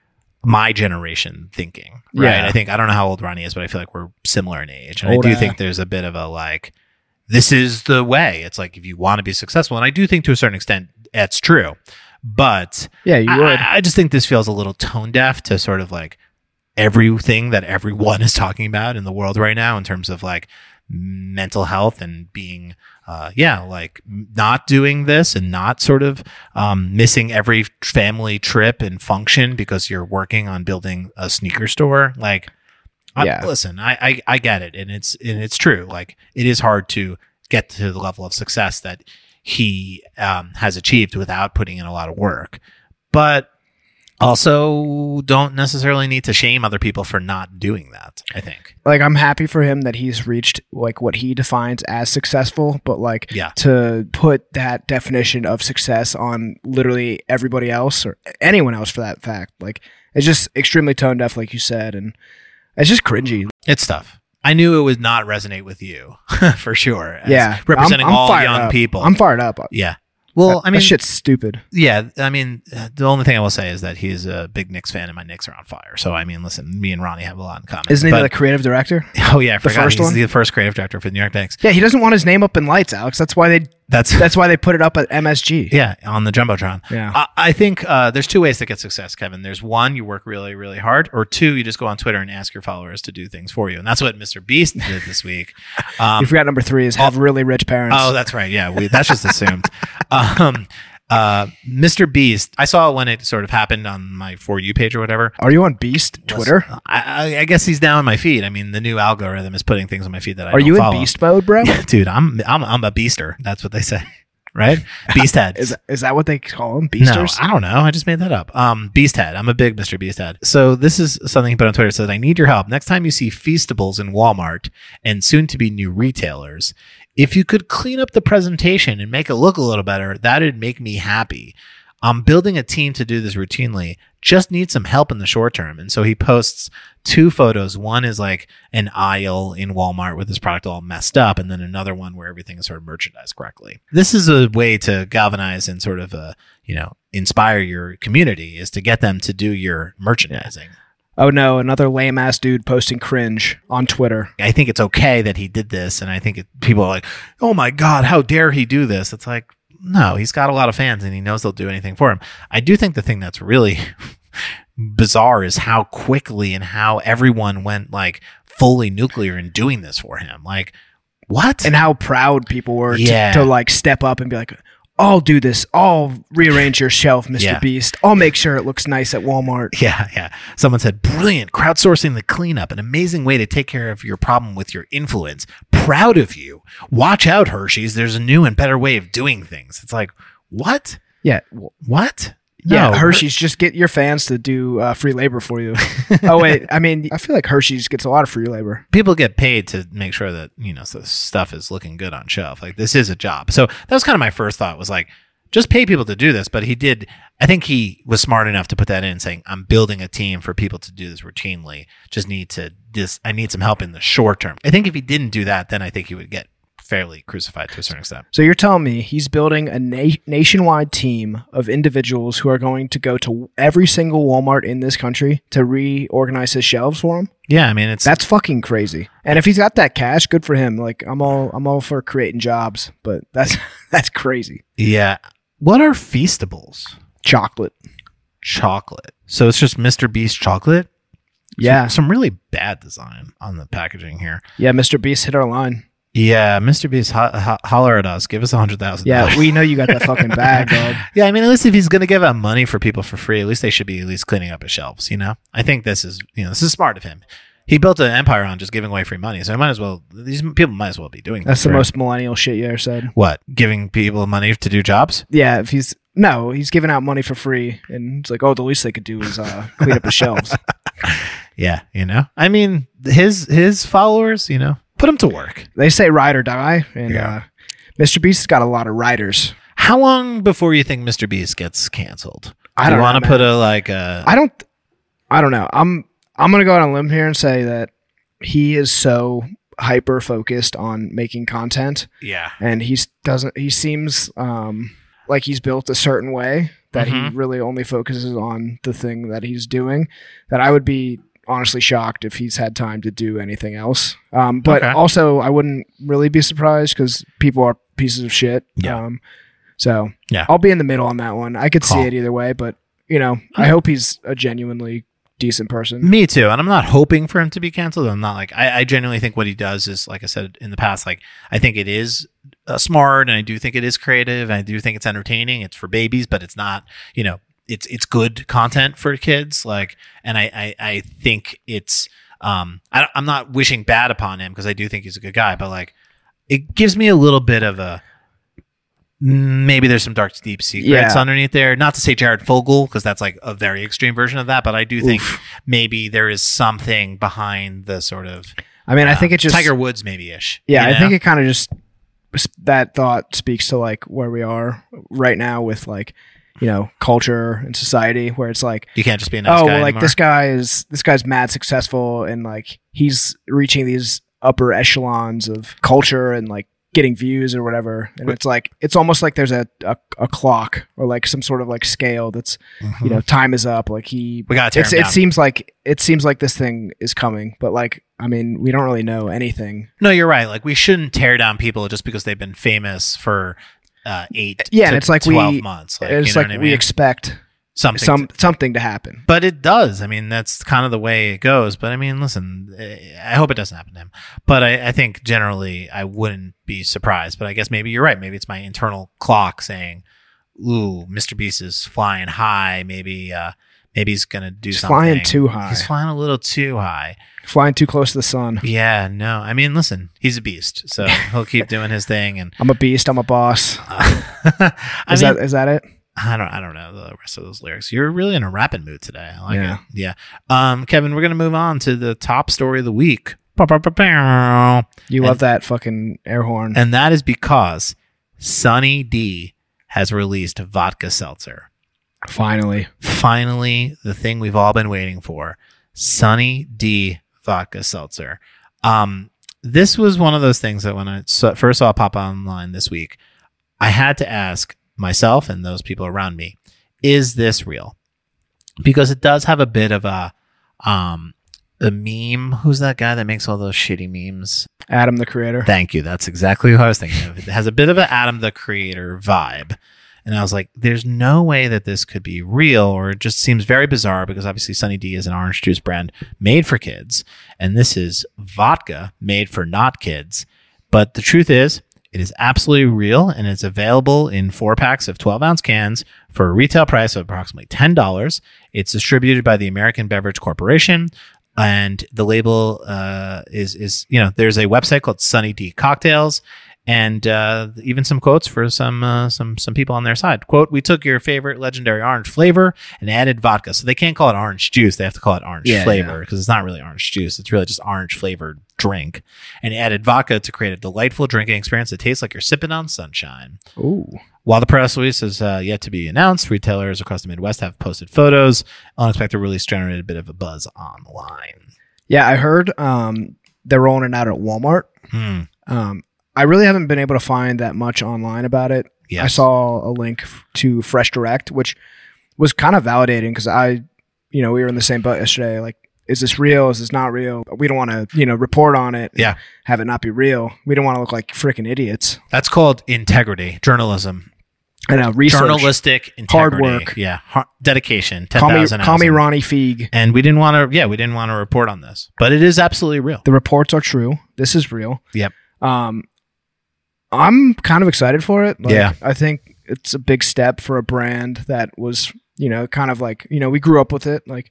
[SPEAKER 2] my generation thinking, right?
[SPEAKER 1] Yeah.
[SPEAKER 2] I think I don't know how old Ronnie is, but I feel like we're similar in age, and
[SPEAKER 1] Old
[SPEAKER 2] I do
[SPEAKER 1] ass.
[SPEAKER 2] think there's a bit of a like this is the way. It's like if you want to be successful, and I do think to a certain extent that's true, but
[SPEAKER 1] yeah you
[SPEAKER 2] I,
[SPEAKER 1] would
[SPEAKER 2] I- I just think this feels a little tone deaf to sort of like everything that everyone is talking about in the world right now in terms of like mental health and being uh yeah like not doing this and not sort of um missing every family trip and function because you're working on building a sneaker store like I-
[SPEAKER 1] Yeah.
[SPEAKER 2] listen I, I i get it and it's and it's true like it is hard to get to the level of success that he um, has achieved without putting in a lot of work but also don't necessarily need to shame other people for not doing that i think
[SPEAKER 1] like i'm happy for him that he's reached like what he defines as successful but like
[SPEAKER 2] yeah
[SPEAKER 1] to put that definition of success on literally everybody else or anyone else for that fact. Like it's just extremely tone deaf, like you said, and it's just cringy.
[SPEAKER 2] it's tough i knew it would not resonate with you for sure as
[SPEAKER 1] yeah,
[SPEAKER 2] representing
[SPEAKER 1] I'm- I'm
[SPEAKER 2] all
[SPEAKER 1] fired
[SPEAKER 2] young
[SPEAKER 1] up.
[SPEAKER 2] people
[SPEAKER 1] I'm fired up.
[SPEAKER 2] yeah well
[SPEAKER 1] That-
[SPEAKER 2] i mean
[SPEAKER 1] that shit's stupid.
[SPEAKER 2] yeah, I mean, the only thing I will say is that he's a big Knicks fan, and my Knicks are on fire. So, I mean, listen, me and Ronnie have a lot in common.
[SPEAKER 1] Isn't he
[SPEAKER 2] but-
[SPEAKER 1] the creative director?
[SPEAKER 2] Oh yeah, I forgot.
[SPEAKER 1] first
[SPEAKER 2] he's
[SPEAKER 1] one?
[SPEAKER 2] the first creative director for the New York Knicks.
[SPEAKER 1] Yeah, he doesn't want his name up in lights, Alex. That's why they.
[SPEAKER 2] That's
[SPEAKER 1] That's why they put it up at MSG.
[SPEAKER 2] yeah on the jumbotron.
[SPEAKER 1] Yeah.
[SPEAKER 2] I, I think uh, there's two ways to get success, Kevin. There's one, you work really, really hard, or two, you just go on Twitter and ask your followers to do things for you, and that's what Mr. Beast did this week.
[SPEAKER 1] you
[SPEAKER 2] Um,
[SPEAKER 1] forgot number three is have really rich parents.
[SPEAKER 2] oh, that's right. Yeah, we, that's just assumed. um, uh, Mr. Beast, I saw it when it sort of happened on my for you page or whatever.
[SPEAKER 1] Are you on Beast Twitter?
[SPEAKER 2] I, I, I guess he's now in my feed. I mean, the new algorithm is putting things on my feed that I
[SPEAKER 1] Are
[SPEAKER 2] don't
[SPEAKER 1] you in
[SPEAKER 2] follow.
[SPEAKER 1] Beast mode, bro?
[SPEAKER 2] dude? I'm I'm I'm a beaster. That's what they say, right? Beast head.
[SPEAKER 1] Is is that what they call them? Beasters?
[SPEAKER 2] No, I don't know. I just made that up. Um, Beast head. I'm a big Mr. Beast head. So this is something he put on Twitter. It Said I need your help. Next time you see Feastables in Walmart and soon to be new retailers, if you could clean up the presentation and make it look a little better, that'd make me happy. I'm building a team to do this routinely. Just need some help in the short term. And so he posts two photos. One is like an aisle in Walmart with his product all messed up, and then another one where everything is sort of merchandised correctly. This is a way to galvanize and sort of, uh, you know, inspire your community is to get them to do your merchandising.
[SPEAKER 1] Oh no, another lame ass dude posting cringe on Twitter.
[SPEAKER 2] I think it's okay that he did this, and I think it, people are like, "Oh my god, how dare he do this?" It's like, no, he's got a lot of fans, and he knows they'll do anything for him. I do think the thing that's really bizarre is how quickly and how everyone went like fully nuclear in doing this for him. Like, what?
[SPEAKER 1] And how proud people were
[SPEAKER 2] Yeah.
[SPEAKER 1] to, to like step up and be like, I'll do this. I'll rearrange your shelf, Mr.
[SPEAKER 2] Yeah.
[SPEAKER 1] Beast. I'll make sure it looks nice at Walmart.
[SPEAKER 2] Yeah, yeah. Someone said, brilliant, crowdsourcing the cleanup, an amazing way to take care of your problem with your influence. Proud of you. Watch out, Hershey's. There's a new and better way of doing things. It's like, what?
[SPEAKER 1] Yeah.
[SPEAKER 2] W- What?
[SPEAKER 1] Yeah,
[SPEAKER 2] No,
[SPEAKER 1] Hershey's just get your fans to do uh, free labor for you. oh wait, I mean, I feel like Hershey's gets a lot of free labor.
[SPEAKER 2] people get paid to make sure that you know so stuff is looking good on shelf like this is a job so that was kind of my first thought was like just pay people to do this but he did i think he was smart enough to put that in saying i'm building a team for people to do this routinely just need to this i need some help in the short term i think if he didn't do that then i think he would get fairly crucified to a certain extent
[SPEAKER 1] So you're telling me he's building a na- nationwide team of individuals who are going to go to every single Walmart in this country to reorganize his shelves for him?
[SPEAKER 2] yeah i mean it's
[SPEAKER 1] That's fucking crazy. And if he's got that cash, good for him. Like I'm all I'm all for creating jobs, but that's that's crazy.
[SPEAKER 2] yeah what are feastables
[SPEAKER 1] Chocolate.
[SPEAKER 2] chocolate so it's just mr beast chocolate
[SPEAKER 1] Yeah.
[SPEAKER 2] some, some really bad design on the packaging here
[SPEAKER 1] Yeah, Mr. Beast hit our line.
[SPEAKER 2] Yeah, Mr. Beast, ho- ho- holler at us. Give us a hundred thousand.
[SPEAKER 1] Yeah, we know you got that fucking bag, dog.
[SPEAKER 2] yeah. I mean, at least if he's going to give out money for people for free, at least they should be at least cleaning up his shelves. You know, I think this is you know this is smart of him. He built an empire on just giving away free money, so I might as well. These people might as well be doing
[SPEAKER 1] That's
[SPEAKER 2] this,
[SPEAKER 1] the
[SPEAKER 2] right?
[SPEAKER 1] most millennial shit you ever said.
[SPEAKER 2] what giving people money to do jobs.
[SPEAKER 1] Yeah, if he's no, he's giving out money for free, and it's like, oh, the least they could do is uh, clean up his shelves.
[SPEAKER 2] Yeah, you know, I mean, his his followers, you know, put him to work.
[SPEAKER 1] They say ride or die, and
[SPEAKER 2] Yeah.
[SPEAKER 1] uh, Mr. Beast has got a lot of riders.
[SPEAKER 2] How long before you think Mr. Beast gets canceled?
[SPEAKER 1] I
[SPEAKER 2] do
[SPEAKER 1] don't
[SPEAKER 2] you
[SPEAKER 1] want
[SPEAKER 2] to put a like a
[SPEAKER 1] I don't. I don't know. I'm. I'm gonna go out on a limb here and say that he is so hyper focused on making content,
[SPEAKER 2] yeah
[SPEAKER 1] and he's doesn't. He seems um, like he's built a certain way that
[SPEAKER 2] Mhm.
[SPEAKER 1] he really only focuses on the thing that he's doing. That I would be honestly shocked if he's had time to do anything else. Um, but
[SPEAKER 2] Okay.
[SPEAKER 1] also, I wouldn't really be surprised because people are pieces of shit.
[SPEAKER 2] Yeah.
[SPEAKER 1] Um, so
[SPEAKER 2] Yeah.
[SPEAKER 1] I'll be in the middle on that one. I could see
[SPEAKER 2] Call.
[SPEAKER 1] it either way, but you know, I hope he's a genuinely decent person.
[SPEAKER 2] Me too. And I'm not hoping for him to be canceled. I'm not like, I, I genuinely think what he does is, like I said in the past, like, I think it is uh, smart and I do think it is creative. And I do think it's entertaining. It's for babies, but it's not, you know, it's, it's good content for kids. Like, and I, I, I think it's, um, I, I'm not wishing bad upon him because I do think he's a good guy, but like, it gives me a little bit of a, maybe there's some dark, deep secrets
[SPEAKER 1] Yeah.
[SPEAKER 2] underneath there. Not to say Jared Fogle, because that's like a very extreme version of that, but I do think
[SPEAKER 1] Oof.
[SPEAKER 2] maybe there is something behind the sort of.
[SPEAKER 1] I mean, I
[SPEAKER 2] uh,
[SPEAKER 1] think it just
[SPEAKER 2] Tiger Woods maybe ish.
[SPEAKER 1] Yeah, I think it kind of just that thought speaks to like where we are right now with like you know culture and society where it's like
[SPEAKER 2] you can't just be a nice
[SPEAKER 1] oh
[SPEAKER 2] guy
[SPEAKER 1] well, like
[SPEAKER 2] anymore.
[SPEAKER 1] this guy is this guy's mad successful and like he's reaching these upper echelons of culture and like getting views or whatever and
[SPEAKER 2] Right.
[SPEAKER 1] it's like it's almost like there's a, a a clock or like some sort of like scale that's you know time is up like he
[SPEAKER 2] we gotta Hmm. tear
[SPEAKER 1] it's,
[SPEAKER 2] him
[SPEAKER 1] it
[SPEAKER 2] down.
[SPEAKER 1] seems like it seems like this thing is coming but like i mean we don't really know anything
[SPEAKER 2] no, you're right. Like we shouldn't tear down people just because they've been famous for uh, eight.
[SPEAKER 1] Yeah,
[SPEAKER 2] to
[SPEAKER 1] and it's like we-
[SPEAKER 2] twelve months. Like,
[SPEAKER 1] it's
[SPEAKER 2] you know
[SPEAKER 1] like
[SPEAKER 2] what I
[SPEAKER 1] we
[SPEAKER 2] mean?
[SPEAKER 1] expect
[SPEAKER 2] something.
[SPEAKER 1] some something to happen
[SPEAKER 2] but it does. I mean, that's kind of the way it goes. But I mean, listen, eh, I hope it doesn't happen to him. But I, I think generally I wouldn't be surprised. But I guess maybe you're right. Maybe it's my internal clock saying, "Ooh, Mr. Beast is flying high. Maybe, uh, maybe he's gonna do
[SPEAKER 1] He's
[SPEAKER 2] something.
[SPEAKER 1] flying too high.
[SPEAKER 2] He's flying a little too high.
[SPEAKER 1] flying too close to the sun
[SPEAKER 2] Yeah, no. I mean, listen, he's a beast, so he'll keep doing his thing. And
[SPEAKER 1] i'm a beast i'm a boss
[SPEAKER 2] uh, I
[SPEAKER 1] is
[SPEAKER 2] mean,
[SPEAKER 1] that is that it
[SPEAKER 2] I don't I don't know the rest of those lyrics. You're really in a rapping mood today. I like
[SPEAKER 1] Yeah.
[SPEAKER 2] it. Yeah. Um, Kevin, we're gonna move on to the top story of the week. Ba-ba-ba-bow.
[SPEAKER 1] you
[SPEAKER 2] And-
[SPEAKER 1] love that fucking air horn
[SPEAKER 2] And that is because Sunny D has released vodka seltzer.
[SPEAKER 1] Finally,
[SPEAKER 2] finally the thing we've all been waiting for sunny d vodka seltzer um this was one of those things that when i s- first saw it pop online this week i had to ask myself and those people around me is this real because it does have a bit of a um the meme who's that guy that makes all those shitty memes
[SPEAKER 1] Adam the creator.
[SPEAKER 2] Thank you. That's exactly who I was thinking of. It has a bit of an Adam the Creator vibe. And I was like, there's no way that this could be real, or it just seems very bizarre because obviously Sunny D is an orange juice brand made for kids. And this is vodka made for not kids. But the truth is, it is absolutely real and it's available in four packs of 12 ounce cans for a retail price of approximately $10. It's distributed by the American Beverage Corporation, and the label uh, is is you know there's a website called Sunny D Cocktails, and uh, even some quotes for some uh, some some people on their side. Quote: We took your favorite legendary orange flavor and added vodka, so they can't call it orange juice; they have to call it orange
[SPEAKER 1] Yeah,
[SPEAKER 2] flavor because it's not really orange juice; it's really just orange flavored drink, and added vodka to create a delightful drinking experience that tastes like you're sipping on sunshine.
[SPEAKER 1] Ooh,
[SPEAKER 2] While the press release is uh, yet to be announced, retailers across the Midwest have posted photos. Unexpected release generated a bit of a buzz online.
[SPEAKER 1] yeah, I heard um, they're rolling it out at Walmart.
[SPEAKER 2] Hmm.
[SPEAKER 1] Um, I really haven't been able to find that much online about it.
[SPEAKER 2] Yes.
[SPEAKER 1] I saw a link f- to Fresh Direct, which was kind of validating because I, you know, we were in the same boat yesterday. Like, is this real? Is this not real? We don't want to, you know, report on it. and
[SPEAKER 2] Yeah.
[SPEAKER 1] Have it not be real. We don't want to look like freaking idiots.
[SPEAKER 2] That's called integrity, journalism,
[SPEAKER 1] I know. Research.
[SPEAKER 2] journalistic
[SPEAKER 1] Hard
[SPEAKER 2] integrity.
[SPEAKER 1] work.
[SPEAKER 2] Yeah, har- dedication. Ten
[SPEAKER 1] Call me,
[SPEAKER 2] thousand.
[SPEAKER 1] call me Ronnie Feig.
[SPEAKER 2] And we didn't want to. Yeah, we didn't want to report on this, but it is absolutely real.
[SPEAKER 1] The reports are true. This is real.
[SPEAKER 2] Yep.
[SPEAKER 1] Um, I'm kind of excited for it.
[SPEAKER 2] Yeah.
[SPEAKER 1] I think it's a big step for a brand that was, you know, kind of like, you know, we grew up with it. Like,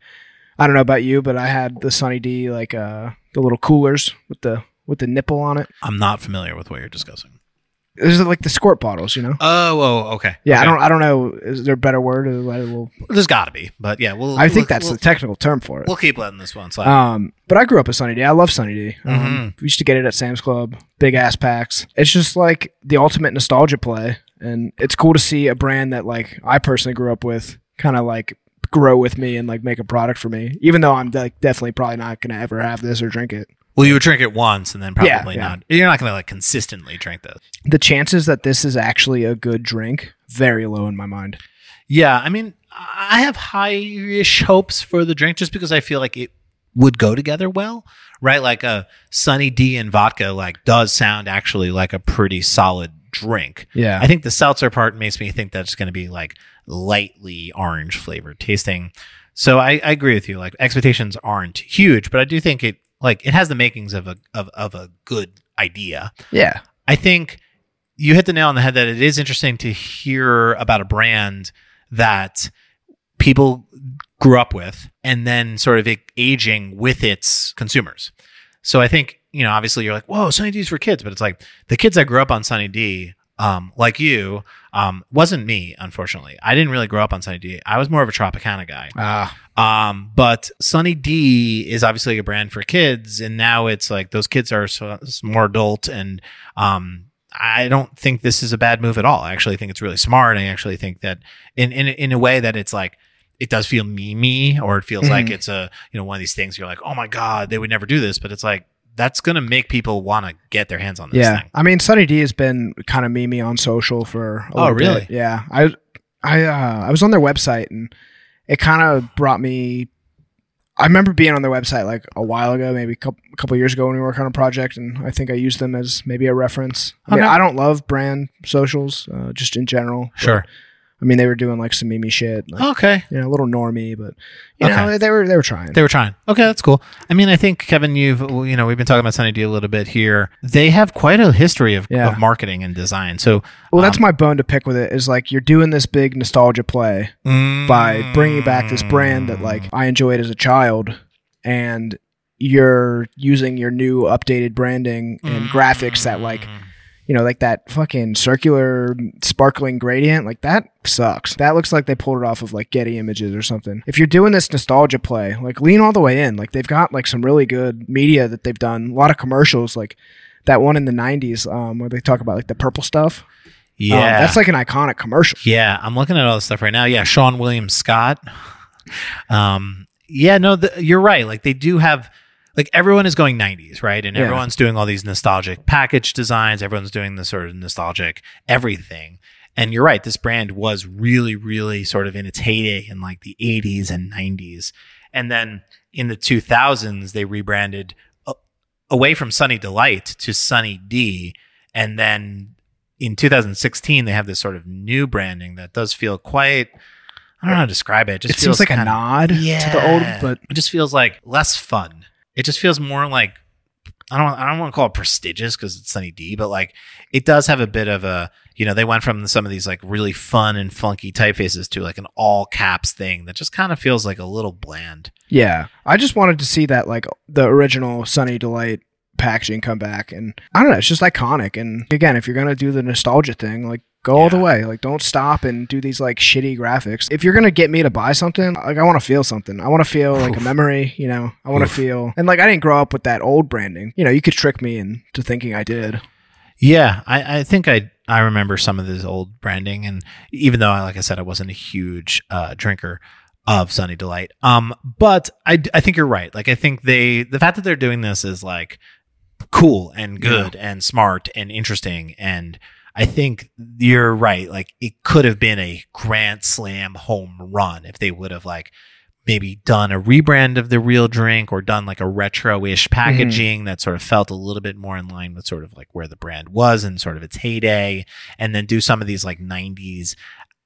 [SPEAKER 1] I don't know about you, but I had the Sunny D, like, uh, the little coolers with the, with the nipple on it.
[SPEAKER 2] I'm not familiar with what you're discussing.
[SPEAKER 1] These are like the squirt bottles, you know?
[SPEAKER 2] Oh, oh okay.
[SPEAKER 1] Yeah.
[SPEAKER 2] Okay.
[SPEAKER 1] I don't, I don't know. Is there a better word? Or what it will-
[SPEAKER 2] There's got to be, but yeah, we'll.
[SPEAKER 1] I think
[SPEAKER 2] we'll-
[SPEAKER 1] that's
[SPEAKER 2] we'll,
[SPEAKER 1] the technical term for it.
[SPEAKER 2] we'll keep letting this one slide.
[SPEAKER 1] Um, but I grew up with Sunny D. I love Sunny D. Um, We used to get it at Sam's Club, big ass packs. It's just like the ultimate nostalgia play, and it's cool to see a brand that like I personally grew up with, kind of like grow with me and like make a product for me. Even though I'm like definitely probably not gonna ever have this or drink it.
[SPEAKER 2] well, you would drink it once, and then
[SPEAKER 1] Yeah,
[SPEAKER 2] probably
[SPEAKER 1] yeah.
[SPEAKER 2] not. You're not going to like consistently drink this.
[SPEAKER 1] The chances that this is actually a good drink very low in my mind.
[SPEAKER 2] Yeah, I mean, I have high-ish hopes for the drink just because I feel like it would go together well, right? Like a Sunny D and vodka like does sound actually like a pretty solid drink.
[SPEAKER 1] Yeah,
[SPEAKER 2] I think the seltzer part makes me think that's going to be like lightly orange flavored tasting. So I, I agree with you. Like expectations aren't huge, but I do think it like it has the makings of a of, of a good idea.
[SPEAKER 1] yeah,
[SPEAKER 2] I think you hit the nail on the head that it is interesting to hear about a brand that people grew up with and then sort of aging with its consumers. So I think, you know, obviously you're like, whoa, Sunny D's for kids. But it's like the kids that grew up on Sunny D, um, like you, um, wasn't me, unfortunately. I didn't really grow up on Sunny D. I was more of a Tropicana guy.
[SPEAKER 1] ah,
[SPEAKER 2] Um, but Sunny D is obviously a brand for kids, and now it's like those kids are so, s- more adult, and um, I don't think this is a bad move at all. I actually think it's really smart. I actually think that in in in a way that it's like it does feel memey, or it feels like
[SPEAKER 1] Mhm.
[SPEAKER 2] it's a you know one of these things you're like, oh my god, they would never do this, but it's like that's gonna make people want to get their hands on this
[SPEAKER 1] yeah.
[SPEAKER 2] thing.
[SPEAKER 1] I mean, Sunny D has been kind of memey on social for. A
[SPEAKER 2] Oh,
[SPEAKER 1] little
[SPEAKER 2] really?
[SPEAKER 1] bit. Yeah. I, I, uh, I was on their website and it kind of brought me. I remember being on their website like a while ago, maybe a couple, a couple years ago when we worked on a project, and I think I used them as maybe a reference. I, mean,
[SPEAKER 2] Okay.
[SPEAKER 1] I don't love brand socials, uh, just in general. but,
[SPEAKER 2] Sure.
[SPEAKER 1] I mean, they were doing like some memey shit, like,
[SPEAKER 2] Okay.
[SPEAKER 1] you know, a little normie, but you
[SPEAKER 2] Okay.
[SPEAKER 1] know, they were they were trying.
[SPEAKER 2] They were trying. Okay, that's cool. I mean, I think Kevin, you've you know we've been talking about Sunny D a little bit here. They have quite a history of,
[SPEAKER 1] Yeah.
[SPEAKER 2] of marketing and design. So
[SPEAKER 1] well, that's
[SPEAKER 2] um,
[SPEAKER 1] my bone to pick with it is like you're doing this big nostalgia play, by bringing back this brand that like I enjoyed as a child and you're using your new updated branding
[SPEAKER 2] Mm.
[SPEAKER 1] and graphics that like um, you know like that fucking circular sparkling gradient like that sucks that looks like they pulled it off of like getty images or something if you're doing this nostalgia play like lean all the way in like they've got like some really good media that they've done a lot of commercials like that one in the 90s um, where they talk about like the purple stuff Um,
[SPEAKER 2] Yeah.
[SPEAKER 1] that's like an iconic commercial.
[SPEAKER 2] Yeah, I'm looking at all this stuff right now. Yeah, Sean William Scott. Um, yeah, no, the, you're right. Like they do have, like everyone is going 90s, right? And
[SPEAKER 1] Yeah.
[SPEAKER 2] everyone's doing all these nostalgic package designs. Everyone's doing the sort of nostalgic everything. And you're right. This brand was really, really sort of in its heyday in like the 80s and 90s, and then in the 2000s they rebranded uh, away from Sunny Delight to Sunny D, and then in 2016 they have this sort of new branding that does feel quite i don't know how to describe it, it just
[SPEAKER 1] it seems
[SPEAKER 2] feels
[SPEAKER 1] like a
[SPEAKER 2] kinda-
[SPEAKER 1] nod to the
[SPEAKER 2] Yeah.
[SPEAKER 1] old, but
[SPEAKER 2] it just feels like less fun it just feels more like i don't i don't want to call it prestigious because it's sunny d but like it does have a bit of a you know they went from some of these like really fun and funky typefaces to like an all caps thing that just kind of feels like a little bland
[SPEAKER 1] yeah. I just wanted to see that like the original Sunny Delight packaging come back, and I don't know, it's just iconic. And again, if you're gonna do the nostalgia thing, like go all the
[SPEAKER 2] Yeah.
[SPEAKER 1] way, like don't stop and do these like shitty graphics. If you're gonna get me to buy something, like I want to feel something. I want to feel like a
[SPEAKER 2] Oof.
[SPEAKER 1] memory, you know. I want to
[SPEAKER 2] Oof.
[SPEAKER 1] feel, and like I didn't grow up with that old branding. You know, you could trick me into thinking I did.
[SPEAKER 2] Yeah, I, I think I I remember some of this old branding, and even though, I, like I said, I wasn't a huge uh, drinker of Sunny Delight, um, but I d- I think you're right. Like I think they the fact that they're doing this is like cool and good and smart and interesting, and I think you're right. Like it could have been a grand slam home run if they would have like maybe done a rebrand of the real drink or done like a retro-ish packaging that sort of felt a little bit more in line with sort of like where the brand was and sort of its heyday and then do some of these like 90s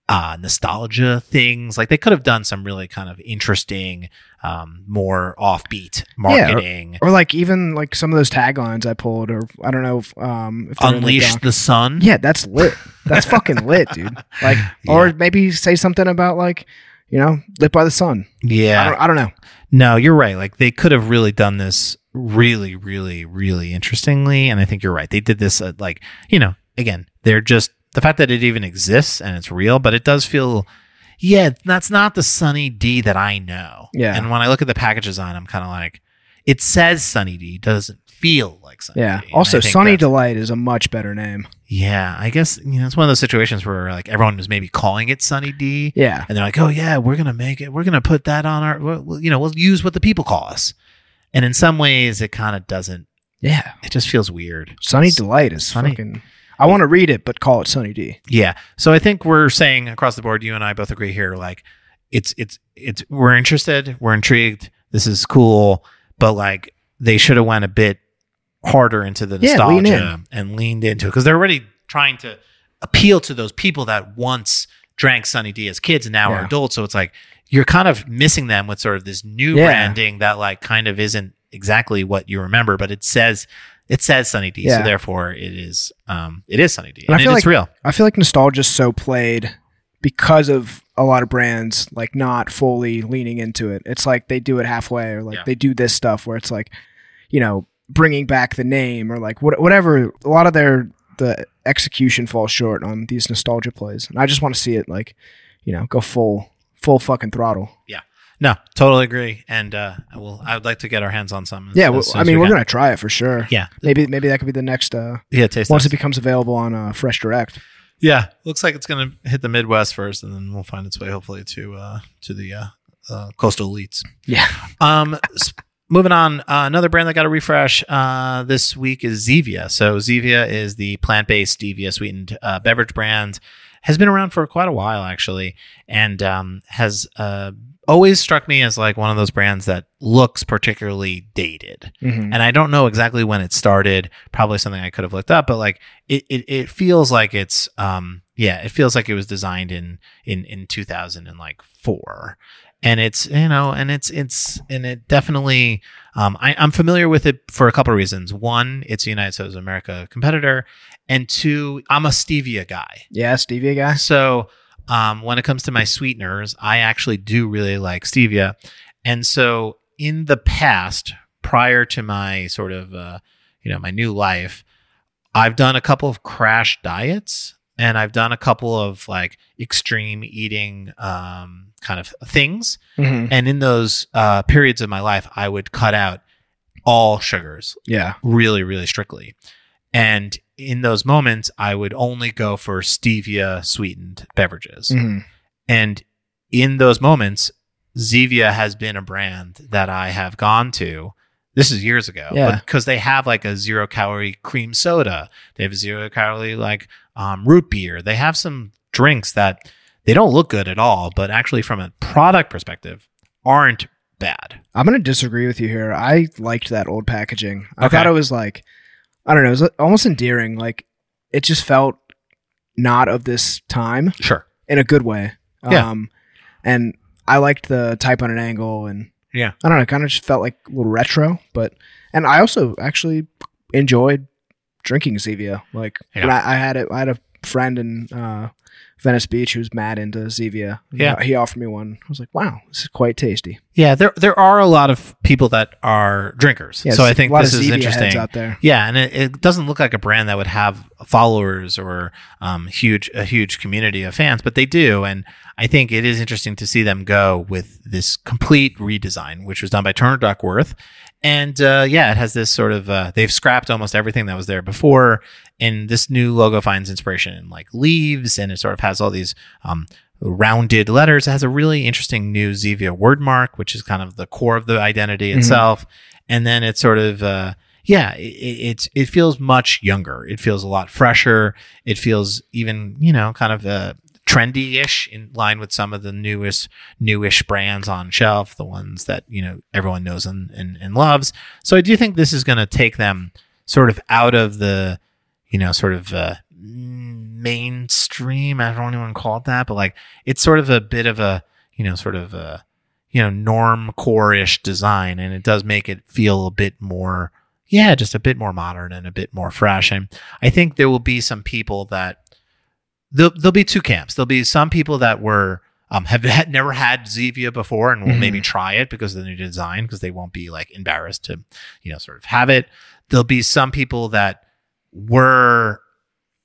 [SPEAKER 2] uh, nostalgia things like they could have done some really kind of interesting um, more offbeat marketing
[SPEAKER 1] Or like even like some of those taglines I pulled, or I don't know if um if they're in the
[SPEAKER 2] unleash
[SPEAKER 1] doc-
[SPEAKER 2] the sun
[SPEAKER 1] Yeah, that's lit. That's fucking lit, dude. Like, or maybe say something about like, you know, lit by the sun.
[SPEAKER 2] yeah
[SPEAKER 1] I, don't, I don't know.
[SPEAKER 2] No, you're right. Like they could have really done this really, really, really interestingly. And I think you're right. They did this at like, you know, again, they're just the fact that it even exists and it's real, but it does feel, yeah, that's not the Sunny D that I know.
[SPEAKER 1] Yeah.
[SPEAKER 2] And when I look at the package design, I'm kind of like, it says Sunny D, doesn't feel like Sunny
[SPEAKER 1] Yeah.
[SPEAKER 2] D. And
[SPEAKER 1] Also,
[SPEAKER 2] I think
[SPEAKER 1] Sunny
[SPEAKER 2] that's-
[SPEAKER 1] Delight is a much better name.
[SPEAKER 2] Yeah. I guess, you know, it's one of those situations where like everyone was maybe calling it Sunny D.
[SPEAKER 1] Yeah.
[SPEAKER 2] And they're like, oh, yeah, we're going to make it. We're going to put that on our, we'll, we'll- you know, we'll use what the people call us. And in some ways, it kind of doesn't,
[SPEAKER 1] Yeah.
[SPEAKER 2] it just feels weird.
[SPEAKER 1] Sunny Delight is
[SPEAKER 2] Sunny-
[SPEAKER 1] fucking. I want to read it, but call it Sunny D.
[SPEAKER 2] Yeah. So I think we're saying across the board, you and I both agree here, like, it's, it's, it's, we're interested, we're intrigued, this is cool, but like, they should have went a bit harder into the
[SPEAKER 1] Yeah, lean
[SPEAKER 2] nostalgia and leaned into it because they're already trying to appeal to those people that once drank Sunny D as kids and now are
[SPEAKER 1] Yeah.
[SPEAKER 2] adults. So it's like, you're kind of missing them with sort of this new
[SPEAKER 1] Yeah.
[SPEAKER 2] branding that like kind of isn't exactly what you remember, but it says it says Sunny D, so
[SPEAKER 1] Yeah.
[SPEAKER 2] therefore it is um it is Sunny D,
[SPEAKER 1] And I
[SPEAKER 2] and,
[SPEAKER 1] feel
[SPEAKER 2] it's real.
[SPEAKER 1] I feel like nostalgia's so played because of a lot of brands like not fully leaning into it. It's like they do it halfway, or like
[SPEAKER 2] Yeah.
[SPEAKER 1] they do this stuff where it's like, you know, bringing back the name or like what, whatever. A lot of their the execution falls short on these nostalgia plays, and I just want to see it like, you know, go full full fucking throttle.
[SPEAKER 2] No, totally agree. And uh, I will. I would like to get our hands on some. as-
[SPEAKER 1] yeah,
[SPEAKER 2] as
[SPEAKER 1] well,
[SPEAKER 2] soon
[SPEAKER 1] I
[SPEAKER 2] as
[SPEAKER 1] mean,
[SPEAKER 2] we
[SPEAKER 1] we're
[SPEAKER 2] can.
[SPEAKER 1] gonna try it for sure.
[SPEAKER 2] Yeah,
[SPEAKER 1] Maybe maybe that could be the next uh
[SPEAKER 2] yeah. Taste
[SPEAKER 1] once it
[SPEAKER 2] test.
[SPEAKER 1] becomes available on uh, Fresh Direct.
[SPEAKER 2] yeah, looks like it's gonna hit the Midwest first, and then we'll find its way hopefully to uh, to the uh, uh, coastal elites.
[SPEAKER 1] Yeah.
[SPEAKER 2] Um, s- moving on, uh, another brand that got a refresh uh, this week is Zevia. So Zevia is the plant-based stevia sweetened uh, beverage brand. Has been around for quite a while actually, and um, has uh, always struck me as like one of those brands that looks particularly dated.
[SPEAKER 1] Mhm.
[SPEAKER 2] And I don't know exactly when it started. Probably something I could have looked up, but like it, it, it feels like it's um yeah, it feels like it was designed in in in two thousand and like four. And it's you know, and it's it's and it definitely um I, I'm familiar with it for a couple of reasons. One, it's a United States of America competitor, and two, I'm a stevia guy.
[SPEAKER 1] Yeah, Stevia guy.
[SPEAKER 2] So um, when it comes to my sweeteners, I actually do really like stevia. And so in the past, prior to my sort of, uh, you know, my new life, I've done a couple of crash diets and I've done a couple of like extreme eating um, kind of things.
[SPEAKER 1] Mhm.
[SPEAKER 2] And in those uh, periods of my life, I would cut out all sugars
[SPEAKER 1] Yeah.
[SPEAKER 2] really, really strictly. And in those moments, I would only go for stevia sweetened beverages.
[SPEAKER 1] Mhm.
[SPEAKER 2] And in those moments, Zevia has been a brand that I have gone to. This is years ago,
[SPEAKER 1] Yeah.
[SPEAKER 2] because they have like a zero calorie cream soda. They have a zero calorie like um, root beer. They have some drinks that they don't look good at all, but actually from a product perspective, aren't bad.
[SPEAKER 1] I'm gonna disagree with you here. I liked that old packaging. I
[SPEAKER 2] Okay.
[SPEAKER 1] thought it was like, I don't know, it was almost endearing. Like it just felt not of this time
[SPEAKER 2] Sure.
[SPEAKER 1] in a good way.
[SPEAKER 2] Yeah.
[SPEAKER 1] Um, and I liked the type on an angle, and
[SPEAKER 2] Yeah.
[SPEAKER 1] I don't know, kind of just felt like a little retro. But and I also actually enjoyed drinking Zevia. Like
[SPEAKER 2] Yeah.
[SPEAKER 1] when I, I had it, I had a friend in uh, Venice Beach who was mad into Zevia.
[SPEAKER 2] Yeah.
[SPEAKER 1] he offered me one. I was like, wow, this is quite tasty.
[SPEAKER 2] Yeah, there there are a lot of people that are drinkers.
[SPEAKER 1] Yeah,
[SPEAKER 2] so I
[SPEAKER 1] it's
[SPEAKER 2] think
[SPEAKER 1] a lot
[SPEAKER 2] this
[SPEAKER 1] of
[SPEAKER 2] is
[SPEAKER 1] Zevia heads
[SPEAKER 2] interesting.
[SPEAKER 1] out there.
[SPEAKER 2] Yeah, and it, it doesn't look like a brand that would have followers or um, huge a huge community of fans, but they do. And I think it is interesting to see them go with this complete redesign, which was done by Turner Duckworth. And uh, yeah, it has this sort of uh, they've scrapped almost everything that was there before, and this new logo finds inspiration in like leaves, and it sort of has all these um, rounded letters. It has a really interesting new Zevia word mark, which is kind of the core of the identity
[SPEAKER 1] Mhm.
[SPEAKER 2] itself. And then it's sort of uh, yeah, it, it's it feels much younger. It feels a lot fresher. It feels even you know kind of uh, trendy-ish in line with some of the newest newish brands on shelf, the ones that you know everyone knows and and, and loves. So I do think this is going to take them sort of out of the you know sort of uh, mainstream. I don't even call it that, but like it's sort of a bit of a you know sort of a you know norm core-ish design, and it does make it feel a bit more yeah, just a bit more modern and a bit more fresh. And I think there will be some people that there'll, there'll be two camps. There'll be some people that were um, have had, never had Zevia before and will
[SPEAKER 1] Mhm.
[SPEAKER 2] maybe try it because of the new design because they won't be like embarrassed to you know sort of have it. There'll be some people that were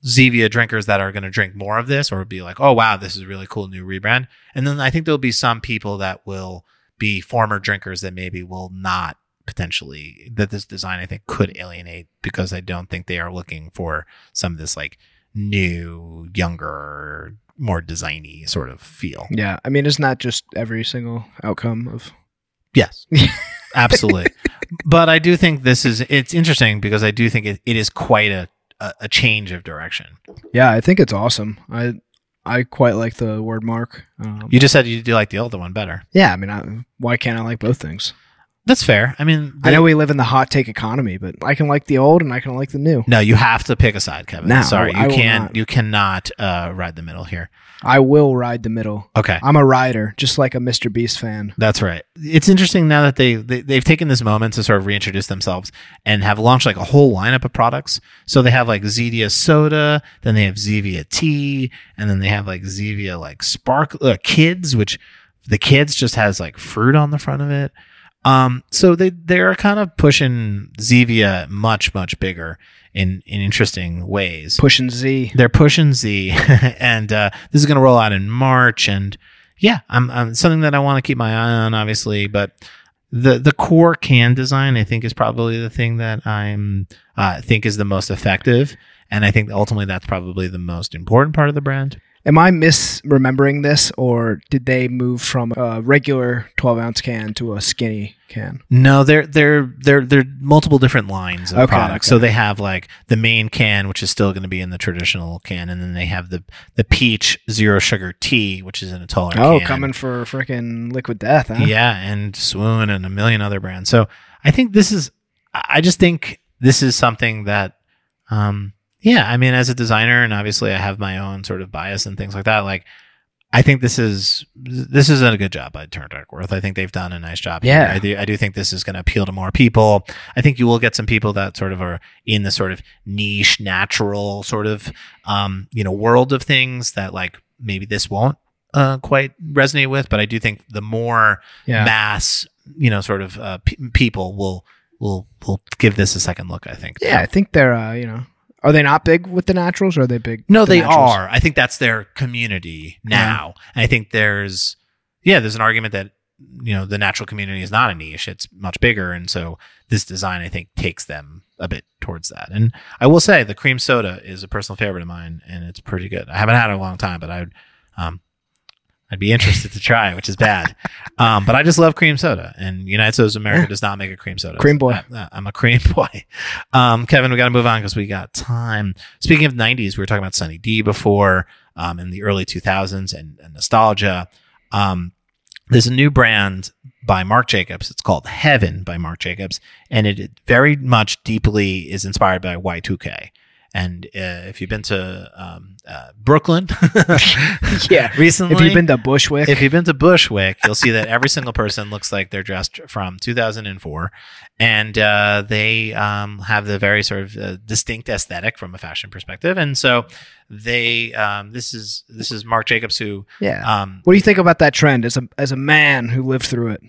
[SPEAKER 2] Zevia drinkers that are going to drink more of this or be like, oh wow, this is a really cool new rebrand. And then I think there'll be some people that will be former drinkers that maybe will not potentially that this design I think could alienate because I don't think they are looking for some of this like new, younger, more designy sort of feel.
[SPEAKER 1] Yeah, I mean, it's not just every single outcome of
[SPEAKER 2] Yes. Absolutely. but I do think this is it's interesting because I do think it, it is quite a, a a change of direction.
[SPEAKER 1] Yeah, I think it's awesome. I I quite like the word mark. Um,
[SPEAKER 2] You just said you do like the older one better.
[SPEAKER 1] yeah, I mean, I, why can't I like both things?
[SPEAKER 2] That's fair. I mean,
[SPEAKER 1] I know we live in the hot take economy, but I can like the old and I can like the new.
[SPEAKER 2] no, you have to pick a side, Kevin.
[SPEAKER 1] No,
[SPEAKER 2] Sorry, you
[SPEAKER 1] I will
[SPEAKER 2] can't.
[SPEAKER 1] not.
[SPEAKER 2] You cannot uh, ride the middle here.
[SPEAKER 1] I will ride the middle.
[SPEAKER 2] Okay,
[SPEAKER 1] I'm a rider, just like a Mr. Beast fan.
[SPEAKER 2] That's right. It's interesting now that they, they they've taken this moment to sort of reintroduce themselves and have launched like a whole lineup of products. So they have like Zevia soda, then they have Zevia tea, and then they have like Zevia like spark uh, kids, which the kids just has like fruit on the front of it. Um, so they they're kind of pushing Zevia much much bigger in in interesting ways
[SPEAKER 1] Pushing Z.
[SPEAKER 2] they're pushing Z, and uh, this is going to roll out in March. And yeah, I'm, I'm something that I want to keep my eye on, obviously. But the the core can design, I think, is probably the thing that I'm uh, think is the most effective, and I think ultimately that's probably the most important part of the brand.
[SPEAKER 1] Am I misremembering this, or did they move from a regular 12 ounce can to a skinny can?
[SPEAKER 2] No, they're they're they're they're multiple different lines of
[SPEAKER 1] Okay,
[SPEAKER 2] products.
[SPEAKER 1] okay.
[SPEAKER 2] So they have like the main can, which is still going to be in the traditional can, and then they have the the peach zero sugar tea, which is in a taller
[SPEAKER 1] Oh,
[SPEAKER 2] can.
[SPEAKER 1] coming for freaking liquid death, huh?
[SPEAKER 2] Yeah, and Swoon and a million other brands. So I think this is, I I just think this is something that, um, yeah, I mean, as a designer, and obviously I have my own sort of bias and things like that. Like, I think this is this is a good job by Turner Duckworth. I think they've done a nice job. here.
[SPEAKER 1] Yeah.
[SPEAKER 2] I do. I do think this is going to appeal to more people. I think you will get some people that sort of are in the sort of niche, natural sort of um, you know world of things that like maybe this won't uh, quite resonate with. But I do think the more
[SPEAKER 1] Yeah.
[SPEAKER 2] mass, you know, sort of uh, pe- people will will will give this a second look. I think.
[SPEAKER 1] Yeah, I think they're, uh, you know, are they not big with the naturals, or are they big? with
[SPEAKER 2] No,
[SPEAKER 1] the
[SPEAKER 2] they
[SPEAKER 1] naturals?
[SPEAKER 2] are. I think that's their community now. And I think there's, yeah, there's an argument that you know the natural community is not a niche; it's much bigger, and so this design I think takes them a bit towards that. And I will say the cream soda is a personal favorite of mine, and it's pretty good. I haven't had it in a long time, but I would, um, I'd be interested to try it, which is bad. Um, but I just love cream soda, and United Sodas of America
[SPEAKER 1] Yeah.
[SPEAKER 2] does not make a cream soda.
[SPEAKER 1] Cream boy.
[SPEAKER 2] I, am a cream boy. Um, Kevin, we got to move on because we got time. Speaking of 90s, we were talking about Sunny D before, um, in the early 2000s and, and nostalgia. Um, there's a new brand by Marc Jacobs. It's called Heaven by Marc Jacobs, and it very much deeply is inspired by Y2K. And uh, if you've been to um, uh, Brooklyn
[SPEAKER 1] Yeah.
[SPEAKER 2] recently,
[SPEAKER 1] If you've been to Bushwick,
[SPEAKER 2] if you've been to Bushwick, you'll see that every single person looks like they're dressed from 2004, and uh, they um, have the very sort of uh, distinct aesthetic from a fashion perspective. And so they um, this is this is Marc Jacobs who
[SPEAKER 1] yeah.
[SPEAKER 2] um,
[SPEAKER 1] what do you think about that trend as a as a man who lived through it?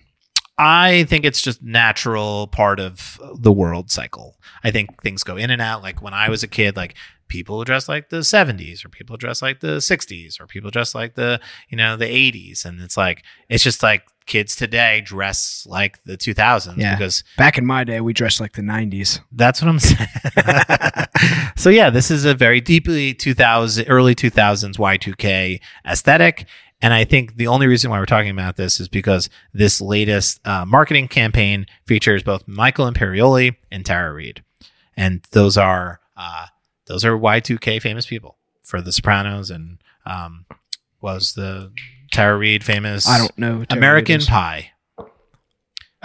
[SPEAKER 2] I think it's just natural part of the world cycle. I think things go in and out. Like when I was a kid, like people dress like the 70s or people dress like the 60s or people dress like the, you know, the 80s. And it's like, it's just like kids today dress like the 2000s
[SPEAKER 1] Yeah.
[SPEAKER 2] because
[SPEAKER 1] Back in my day, we dressed like the '90s.
[SPEAKER 2] that's what I'm saying. so yeah, this is a very deeply 2000 early 2000s Y2K aesthetic, and I think the only reason why we're talking about this is because this latest uh, marketing campaign features both Michael Imperioli and Tara Reid, and those are uh, those are Y2K famous people for The Sopranos and um, was the Tara Reid famous
[SPEAKER 1] I don't know. Terry
[SPEAKER 2] American
[SPEAKER 1] Reeves.
[SPEAKER 2] Pie.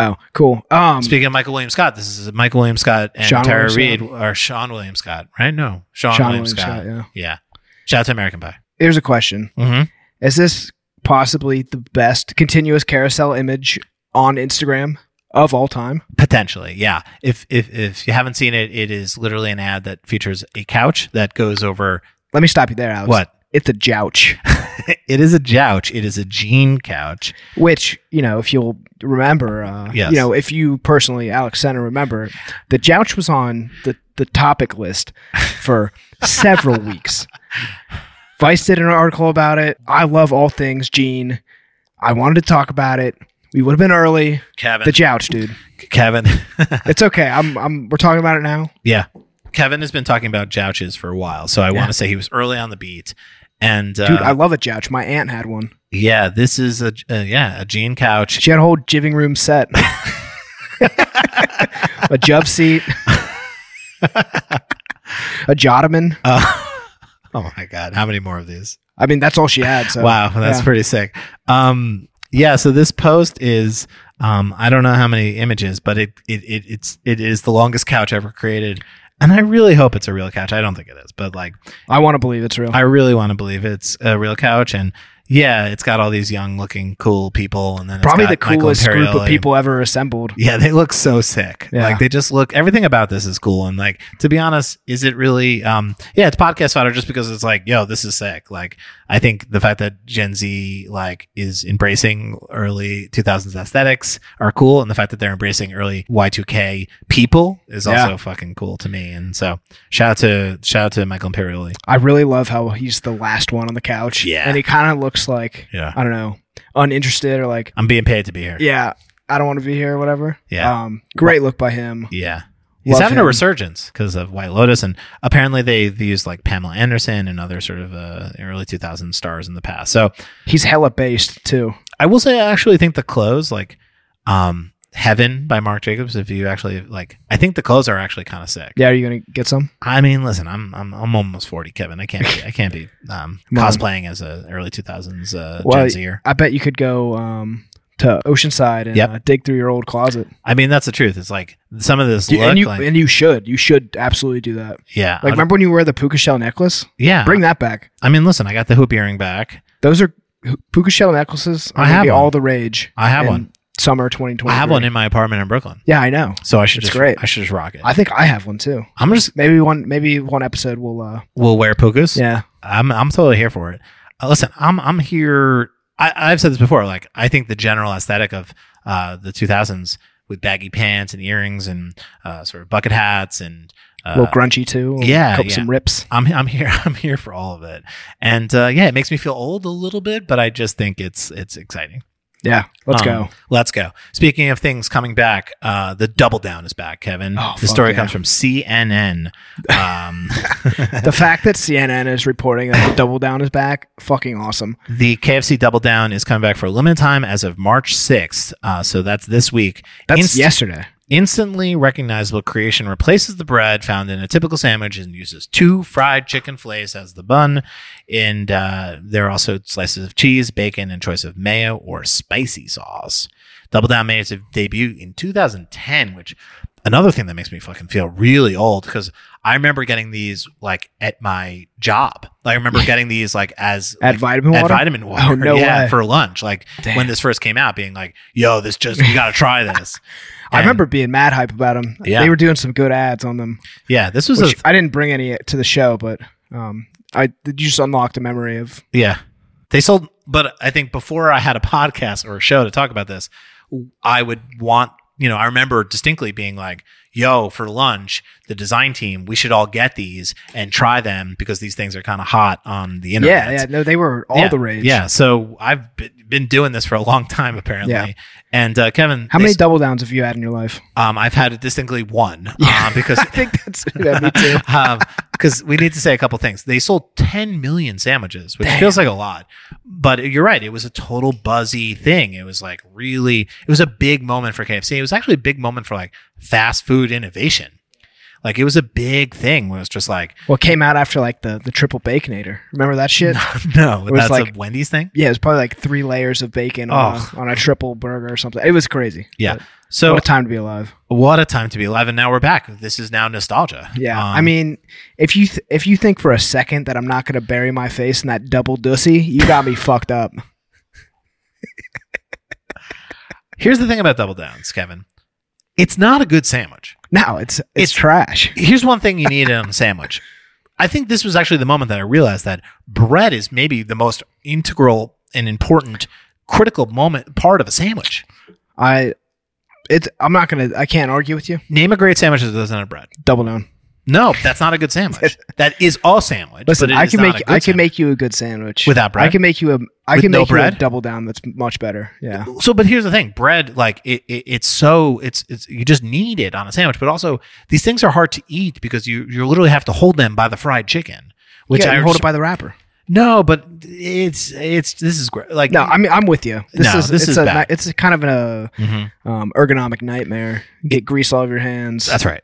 [SPEAKER 1] Oh, cool. Um,
[SPEAKER 2] Speaking of Michael William Scott, this is Michael William Scott and
[SPEAKER 1] Sean
[SPEAKER 2] Tara
[SPEAKER 1] William
[SPEAKER 2] Reid or Sean William Scott, right? No, Sean,
[SPEAKER 1] Sean
[SPEAKER 2] William,
[SPEAKER 1] William
[SPEAKER 2] Scott.
[SPEAKER 1] Scott, yeah.
[SPEAKER 2] Yeah. Shout out to American Pie.
[SPEAKER 1] Here's a question:
[SPEAKER 2] Mm-hmm.
[SPEAKER 1] Is this possibly the best continuous carousel image on Instagram of all time?
[SPEAKER 2] Potentially, yeah. If if if you haven't seen it, it is literally an ad that features a couch that goes over
[SPEAKER 1] Let me stop you there, Alex.
[SPEAKER 2] what?
[SPEAKER 1] It's a jouch.
[SPEAKER 2] it is a couch. It is a jean couch.
[SPEAKER 1] Which you know, if you'll remember, uh,
[SPEAKER 2] Yes.
[SPEAKER 1] you know, if you personally, Alex Center, remember, the jouch was on the the topic list for several weeks. Vice did an article about it. I love all things Gene. I wanted to talk about it. We would have been early.
[SPEAKER 2] Kevin,
[SPEAKER 1] The jouch, dude.
[SPEAKER 2] Kevin,
[SPEAKER 1] It's okay. I'm. I'm. We're talking about it now.
[SPEAKER 2] yeah. Kevin has been talking about jouches for a while, so I want to say he was early on the beat. And uh,
[SPEAKER 1] Dude, I love a jouch. My aunt had one.
[SPEAKER 2] yeah, this is a uh, yeah a jean couch.
[SPEAKER 1] She had a whole jiving room set, a jub seat, a jotaman.
[SPEAKER 2] Uh, oh my god, how many more of these?
[SPEAKER 1] I mean, that's all she had. So
[SPEAKER 2] wow, that's
[SPEAKER 1] yeah.
[SPEAKER 2] pretty sick. Um, yeah, so this post is um, I don't know how many images, but it, it it it's it is the longest couch ever created. And I really hope it's a real couch. I don't think it is, but like
[SPEAKER 1] I want to believe it's real.
[SPEAKER 2] I really want to believe it's a real couch and yeah, it's got all these young looking cool people and then it's
[SPEAKER 1] Probably the
[SPEAKER 2] got Michael
[SPEAKER 1] coolest group of
[SPEAKER 2] Imperioli.
[SPEAKER 1] people ever assembled.
[SPEAKER 2] Yeah, they look so sick.
[SPEAKER 1] Yeah.
[SPEAKER 2] Like they just look everything about this is cool. And like to be honest, is it really um yeah, it's podcast fodder just because it's like, yo, this is sick. Like I think the fact that Gen Z like is embracing early two thousands aesthetics are cool and the fact that they're embracing early Y two K people is
[SPEAKER 1] Yeah.
[SPEAKER 2] also fucking cool to me. And so shout out to shout out to Michael Imperioli.
[SPEAKER 1] I really love how he's the last one on the couch.
[SPEAKER 2] Yeah.
[SPEAKER 1] and he kind of looks like
[SPEAKER 2] Yeah.
[SPEAKER 1] I don't know, uninterested or like,
[SPEAKER 2] I'm being paid to be here.
[SPEAKER 1] yeah, I don't want to be here or whatever.
[SPEAKER 2] Yeah.
[SPEAKER 1] Um, great look by him.
[SPEAKER 2] Yeah. He's
[SPEAKER 1] Love
[SPEAKER 2] having a
[SPEAKER 1] him.
[SPEAKER 2] resurgence because of White Lotus, and apparently they, they used like Pamela Anderson and other sort of uh, early 2000 stars in the past. So
[SPEAKER 1] He's hella based too.
[SPEAKER 2] I will say I actually think the clothes, like um, Heaven by Marc Jacobs, if you actually like, I think the clothes are actually kind of sick.
[SPEAKER 1] Yeah, are you gonna get some?
[SPEAKER 2] I mean, listen, I'm I'm, I'm almost 40, Kevin. I can't be, I can't be um,
[SPEAKER 1] Come on.
[SPEAKER 2] cosplaying as a early 2000s uh,
[SPEAKER 1] Well,
[SPEAKER 2] Gen Zer.
[SPEAKER 1] I bet you could go um, to Oceanside and
[SPEAKER 2] Yep.
[SPEAKER 1] uh, dig through your old closet.
[SPEAKER 2] I mean, that's the truth. It's like some of this
[SPEAKER 1] You-
[SPEAKER 2] look,
[SPEAKER 1] and you
[SPEAKER 2] like,
[SPEAKER 1] and you should. You should absolutely do that.
[SPEAKER 2] yeah,
[SPEAKER 1] Like, remember when you wore the puka shell necklace?
[SPEAKER 2] yeah.
[SPEAKER 1] Bring that back.
[SPEAKER 2] I mean, listen, I got the hoop earring back.
[SPEAKER 1] Those are puka shell necklaces. Are
[SPEAKER 2] I have
[SPEAKER 1] gonna be
[SPEAKER 2] one.
[SPEAKER 1] all the rage.
[SPEAKER 2] I have
[SPEAKER 1] in
[SPEAKER 2] one.
[SPEAKER 1] Summer 2020.
[SPEAKER 2] I have one in my apartment in Brooklyn.
[SPEAKER 1] Yeah, I know.
[SPEAKER 2] So I should
[SPEAKER 1] It's
[SPEAKER 2] just
[SPEAKER 1] great.
[SPEAKER 2] I should just rock it.
[SPEAKER 1] I think I have one too.
[SPEAKER 2] I'm just
[SPEAKER 1] Maybe one. Maybe one episode will. uh
[SPEAKER 2] we'll wear pukas.
[SPEAKER 1] Yeah.
[SPEAKER 2] I'm I'm totally here for it. Uh, listen, I'm I'm here. I, I've said this before. Like I think the general aesthetic of uh, the 2000s with baggy pants and earrings and uh, sort of bucket hats and
[SPEAKER 1] A
[SPEAKER 2] uh,
[SPEAKER 1] little grungy too. We'll
[SPEAKER 2] yeah,
[SPEAKER 1] cut
[SPEAKER 2] yeah.
[SPEAKER 1] Some rips.
[SPEAKER 2] I'm I'm here I'm here for all of it. And uh, yeah, it makes me feel old a little bit, but I just think it's it's exciting.
[SPEAKER 1] Yeah, let's
[SPEAKER 2] Um,
[SPEAKER 1] go.
[SPEAKER 2] Let's go. Speaking of things coming back, uh, the double down is back, Kevin.
[SPEAKER 1] Oh,
[SPEAKER 2] the
[SPEAKER 1] fuck
[SPEAKER 2] story
[SPEAKER 1] yeah.
[SPEAKER 2] comes from CNN. Um,
[SPEAKER 1] The fact that CNN is reporting that Double Down is back, fucking awesome.
[SPEAKER 2] the KFC double down is coming back for a limited time as of March 6th. Uh, so that's this week.
[SPEAKER 1] That's
[SPEAKER 2] Inst-
[SPEAKER 1] yesterday.
[SPEAKER 2] Instantly recognizable creation replaces the bread found in a typical sandwich and uses two fried chicken fillets as the bun. And uh, there are also slices of cheese, bacon, and choice of mayo or spicy sauce. Double Down made its debut in 2010, which another thing that makes me fucking feel really old because I remember getting these like at my job. I remember getting these like as
[SPEAKER 1] At
[SPEAKER 2] like,
[SPEAKER 1] Vitamin Water.
[SPEAKER 2] at vitamin water.
[SPEAKER 1] Oh, no
[SPEAKER 2] yeah,
[SPEAKER 1] way.
[SPEAKER 2] for lunch. Like when this first came out, being like, "Yo, this just you gotta try this."
[SPEAKER 1] I
[SPEAKER 2] And,
[SPEAKER 1] remember being mad hype about them.
[SPEAKER 2] Yeah.
[SPEAKER 1] They were doing some good ads on them.
[SPEAKER 2] Yeah, this was a
[SPEAKER 1] Which I didn't bring any to the show, but um, I you just unlocked a memory of
[SPEAKER 2] yeah. They sold, but I think before I had a podcast or a show to talk about this, I would want you know I remember distinctly being like, "Yo, for lunch, the design team, we should all get these and try them because these things are kind of hot on the internet."
[SPEAKER 1] yeah, yeah. No, they were all
[SPEAKER 2] Yeah,
[SPEAKER 1] the rage.
[SPEAKER 2] Yeah, so I've be- been doing this for a long time apparently.
[SPEAKER 1] Yeah.
[SPEAKER 2] And uh, Kevin,
[SPEAKER 1] How
[SPEAKER 2] they
[SPEAKER 1] many
[SPEAKER 2] s-
[SPEAKER 1] double downs have you had in your life?
[SPEAKER 2] um, I've had distinctly one um, because
[SPEAKER 1] I think that's yeah, me too.
[SPEAKER 2] because we need to say a couple things. They sold 10 million sandwiches, which
[SPEAKER 1] Damn.
[SPEAKER 2] feels like a lot, but you're right. It was a total buzzy thing. It was like really, it was a big moment for KFC. It was actually a big moment for like fast food innovation. Like it was a big thing where it was just like,
[SPEAKER 1] Well, it came out after like the the triple baconator. Remember that shit?
[SPEAKER 2] no,
[SPEAKER 1] was
[SPEAKER 2] that's
[SPEAKER 1] like-
[SPEAKER 2] a Wendy's thing.
[SPEAKER 1] Yeah, it was probably like three layers of bacon on,
[SPEAKER 2] Ugh.
[SPEAKER 1] a, on a triple burger or something. It was crazy.
[SPEAKER 2] Yeah.
[SPEAKER 1] But
[SPEAKER 2] Oh. So
[SPEAKER 1] what a time to be alive.
[SPEAKER 2] what a time to be alive. And now we're back. This is now nostalgia.
[SPEAKER 1] Yeah,
[SPEAKER 2] Um,
[SPEAKER 1] I mean, if you th- if you think for a second that I'm not gonna bury my face in that double dussy, you got me fucked up.
[SPEAKER 2] here's the thing about double downs, Kevin. It's not a good sandwich.
[SPEAKER 1] No, it's it's,
[SPEAKER 2] It's-
[SPEAKER 1] trash.
[SPEAKER 2] here's one thing you need in a sandwich. I think this was actually the moment that I realized that bread is maybe the most integral and important critical moment part of a sandwich.
[SPEAKER 1] I it's I'm not gonna I can't argue with you.
[SPEAKER 2] Name a great sandwich that doesn't have bread.
[SPEAKER 1] Double down.
[SPEAKER 2] No, that's not a good sandwich. that is all sandwich.
[SPEAKER 1] Listen,
[SPEAKER 2] but it
[SPEAKER 1] I
[SPEAKER 2] is
[SPEAKER 1] can
[SPEAKER 2] not
[SPEAKER 1] make
[SPEAKER 2] a
[SPEAKER 1] I
[SPEAKER 2] good
[SPEAKER 1] can
[SPEAKER 2] sandwich.
[SPEAKER 1] make you a good sandwich
[SPEAKER 2] Without bread?
[SPEAKER 1] I can make you a I
[SPEAKER 2] With
[SPEAKER 1] can
[SPEAKER 2] no
[SPEAKER 1] make you
[SPEAKER 2] bread?
[SPEAKER 1] a double down that's much better. Yeah.
[SPEAKER 2] so but here's the thing bread like it, it, it's so it's it's you just need it on a sandwich but also these things are hard to eat because you you literally have to hold them by the fried chicken which
[SPEAKER 1] yeah,
[SPEAKER 2] i
[SPEAKER 1] you hold it by the wrapper.
[SPEAKER 2] no but it's it's this is great like
[SPEAKER 1] No, I mean I'm with you. This
[SPEAKER 2] No,
[SPEAKER 1] is
[SPEAKER 2] this
[SPEAKER 1] it's
[SPEAKER 2] is
[SPEAKER 1] a
[SPEAKER 2] bad.
[SPEAKER 1] ni- it's a kind of a
[SPEAKER 2] Mhm.
[SPEAKER 1] um, ergonomic nightmare. You get grease all over your hands.
[SPEAKER 2] That's right.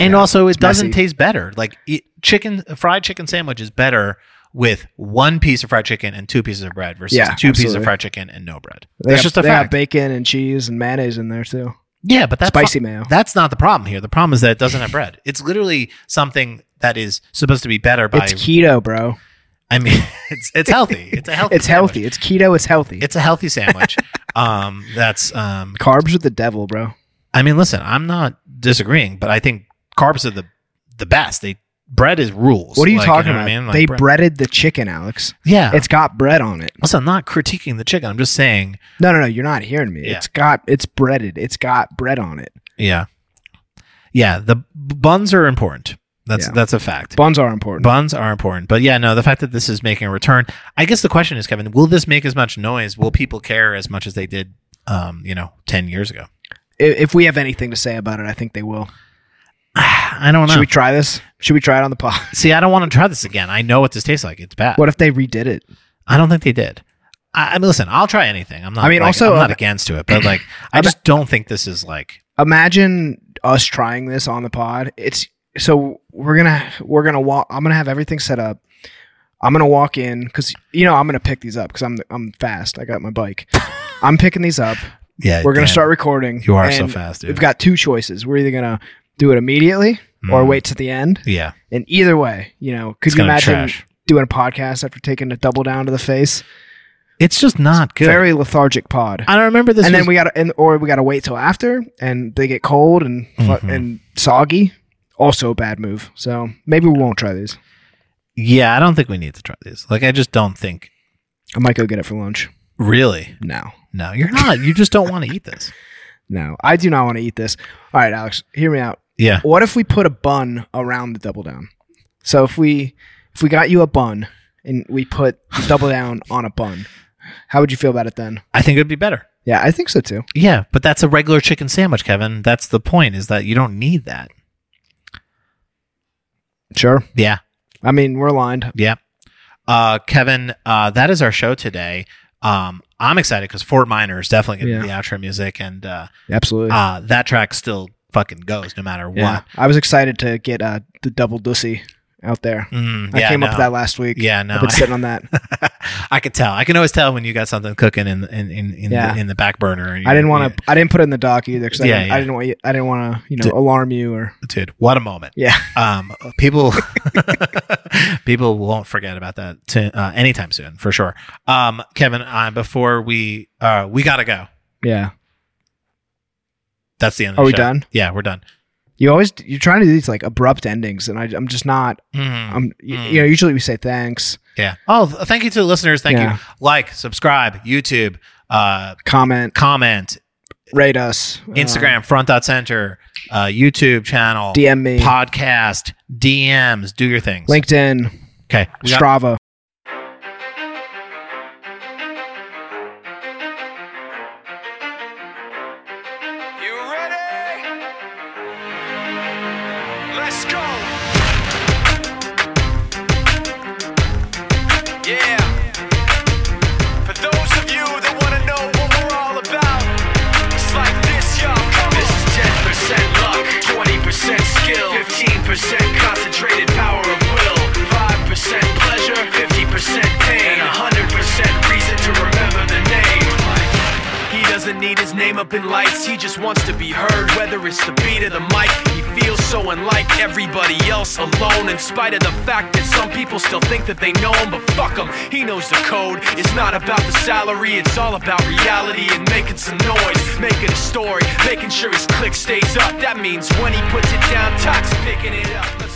[SPEAKER 2] And
[SPEAKER 1] Yeah,
[SPEAKER 2] also, it doesn't
[SPEAKER 1] messy.
[SPEAKER 2] taste better. Like it, chicken, a fried chicken sandwich is better with one piece of fried chicken and two pieces of bread versus
[SPEAKER 1] Yeah,
[SPEAKER 2] two pieces of
[SPEAKER 1] absolutely.
[SPEAKER 2] fried chicken and no bread.
[SPEAKER 1] They have-
[SPEAKER 2] that's just a
[SPEAKER 1] they
[SPEAKER 2] fact.
[SPEAKER 1] have bacon and cheese and mayonnaise in there too.
[SPEAKER 2] yeah, but that's
[SPEAKER 1] Spicy mayo.
[SPEAKER 2] That's not the problem here. The problem is that it doesn't have bread. It's literally something that is supposed to be better by.
[SPEAKER 1] It's keto, bro.
[SPEAKER 2] I mean, it's it's healthy. It's a healthy.
[SPEAKER 1] It's
[SPEAKER 2] sandwich.
[SPEAKER 1] healthy. It's keto. It's healthy.
[SPEAKER 2] It's a healthy sandwich. um, that's um.
[SPEAKER 1] Carbs are the devil, bro.
[SPEAKER 2] I mean, listen, I'm not disagreeing, but I think carbs are the the best. They bread is rules.
[SPEAKER 1] What are you
[SPEAKER 2] Like,
[SPEAKER 1] talking
[SPEAKER 2] know what
[SPEAKER 1] about?
[SPEAKER 2] I mean? Like,
[SPEAKER 1] they
[SPEAKER 2] bread- Uh-huh.
[SPEAKER 1] breaded the chicken, Alex.
[SPEAKER 2] Yeah.
[SPEAKER 1] It's got bread on it.
[SPEAKER 2] Listen, I'm not critiquing the chicken. I'm just saying.
[SPEAKER 1] No, no, no. You're not hearing me.
[SPEAKER 2] Yeah.
[SPEAKER 1] It's got it's breaded. It's got bread on it.
[SPEAKER 2] Yeah. Yeah. The b- buns are important. That's
[SPEAKER 1] Yeah.
[SPEAKER 2] that's a fact.
[SPEAKER 1] Buns are important.
[SPEAKER 2] Buns are important. But yeah, no, the fact that this is making a return, I guess the question is, Kevin, will this make as much noise? Will people care as much as they did, um, you know, 10 years ago?
[SPEAKER 1] I- if we have anything to say about it, I think they will.
[SPEAKER 2] I don't
[SPEAKER 1] Should
[SPEAKER 2] know.
[SPEAKER 1] we try this? Should we try it on the pod?
[SPEAKER 2] See, I don't want to try this again. I know what this tastes like. It's bad.
[SPEAKER 1] What if they redid it?
[SPEAKER 2] I don't think they did. I, I mean, listen, I'll try anything. I'm not, I mean, also, I'm not against to it, but like, I
[SPEAKER 1] I'm-
[SPEAKER 2] just don't think this is like,
[SPEAKER 1] Imagine us trying this on the pod. It's so we're gonna we're gonna walk. I'm gonna have everything set up. I'm gonna walk in because you know I'm gonna pick these up because I'm I'm fast. I got my bike. I'm picking these up.
[SPEAKER 2] yeah,
[SPEAKER 1] We're gonna
[SPEAKER 2] damn,
[SPEAKER 1] start recording.
[SPEAKER 2] You are so
[SPEAKER 1] and
[SPEAKER 2] fast, dude.
[SPEAKER 1] We've got two choices. We're either gonna do it immediately or
[SPEAKER 2] Mm.
[SPEAKER 1] wait to the end.
[SPEAKER 2] Yeah.
[SPEAKER 1] And either way, you know, could
[SPEAKER 2] It's
[SPEAKER 1] you
[SPEAKER 2] gonna
[SPEAKER 1] imagine
[SPEAKER 2] trash.
[SPEAKER 1] doing a podcast after taking a double down to the face?
[SPEAKER 2] It's just not good.
[SPEAKER 1] Very lethargic pod.
[SPEAKER 2] I don't remember this.
[SPEAKER 1] and
[SPEAKER 2] was-
[SPEAKER 1] then we got to, and or we got to wait till after, and they get cold and fu-
[SPEAKER 2] Mhm.
[SPEAKER 1] and soggy. Also a bad move. So maybe we won't try these.
[SPEAKER 2] Yeah, I don't think we need to try these. Like, I just don't think.
[SPEAKER 1] I might go get it for lunch.
[SPEAKER 2] Really?
[SPEAKER 1] No,
[SPEAKER 2] No, you're not. You just don't want to eat this.
[SPEAKER 1] no, I do not want to eat this. All right, Alex, hear me out.
[SPEAKER 2] Yeah.
[SPEAKER 1] What if we put a bun around the double down? So if we if we got you a bun and we put the double down on a bun, How would you feel about it then?
[SPEAKER 2] I think it would be better.
[SPEAKER 1] Yeah, I think so too.
[SPEAKER 2] Yeah, but that's a regular chicken sandwich, Kevin. That's the point is that you don't need that.
[SPEAKER 1] Sure.
[SPEAKER 2] Yeah.
[SPEAKER 1] I mean, we're aligned.
[SPEAKER 2] Yeah. Uh, Kevin, uh, that is our show today. Um, I'm excited because Fort Minor is definitely going to be the outro music, and uh,
[SPEAKER 1] Absolutely.
[SPEAKER 2] uh, that track still fucking goes no matter what.
[SPEAKER 1] yeah. I was excited to get uh, the double dussy out there.
[SPEAKER 2] Mm,
[SPEAKER 1] I
[SPEAKER 2] yeah,
[SPEAKER 1] came
[SPEAKER 2] no.
[SPEAKER 1] up with that last week.
[SPEAKER 2] Yeah, no.
[SPEAKER 1] I've been sitting on that.
[SPEAKER 2] I could tell. I can always tell when you got something cooking in in in, in,
[SPEAKER 1] Yeah.
[SPEAKER 2] the, in the back burner.
[SPEAKER 1] I didn't want to. I didn't put it in the dock either because I,
[SPEAKER 2] Yeah,
[SPEAKER 1] didn't-
[SPEAKER 2] yeah.
[SPEAKER 1] I didn't want. You, I didn't want to. You know,
[SPEAKER 2] Did-
[SPEAKER 1] alarm you or.
[SPEAKER 2] dude. What a moment.
[SPEAKER 1] Yeah.
[SPEAKER 2] um, people people won't forget about that to, uh, anytime soon for sure. Um, Kevin, uh, before we uh, we gotta go.
[SPEAKER 1] Yeah.
[SPEAKER 2] That's the end. Of
[SPEAKER 1] Are
[SPEAKER 2] the
[SPEAKER 1] we
[SPEAKER 2] show.
[SPEAKER 1] done?
[SPEAKER 2] Yeah, we're done.
[SPEAKER 1] You always you're trying to do these like abrupt endings, and I, I'm just not.
[SPEAKER 2] Mm,
[SPEAKER 1] I'm. y-
[SPEAKER 2] Mm.
[SPEAKER 1] You know, usually we say thanks,
[SPEAKER 2] yeah. Oh, th- thank you to the listeners. Thank
[SPEAKER 1] Yeah.
[SPEAKER 2] you. Like, subscribe, YouTube, uh,
[SPEAKER 1] comment,
[SPEAKER 2] comment,
[SPEAKER 1] rate us, uh,
[SPEAKER 2] Instagram, front dot center, uh, YouTube channel,
[SPEAKER 1] DM um, me,
[SPEAKER 2] podcast, DMs. Do your things.
[SPEAKER 1] LinkedIn,
[SPEAKER 2] Okay. we got-
[SPEAKER 1] Strava.
[SPEAKER 3] You ready? Let's go. Yeah. For those of you that want to know what we're all about, it's like this, y'all. Come this is 10% luck, 20% skill, 15% concentrated power of will, 5% pleasure, 50% pain, and 100% reason to remember the name. He doesn't need his name up in lights, he just wants to be heard, whether it's the beat or the mic. He feels so unlike everybody else alone, in spite of the fact that some people still think that they know him, but fuck him, he knows the code. It's not about the salary, it's all about reality and making some noise, making a story, making sure his click stays up. That means when he puts it down, Tox picking it up.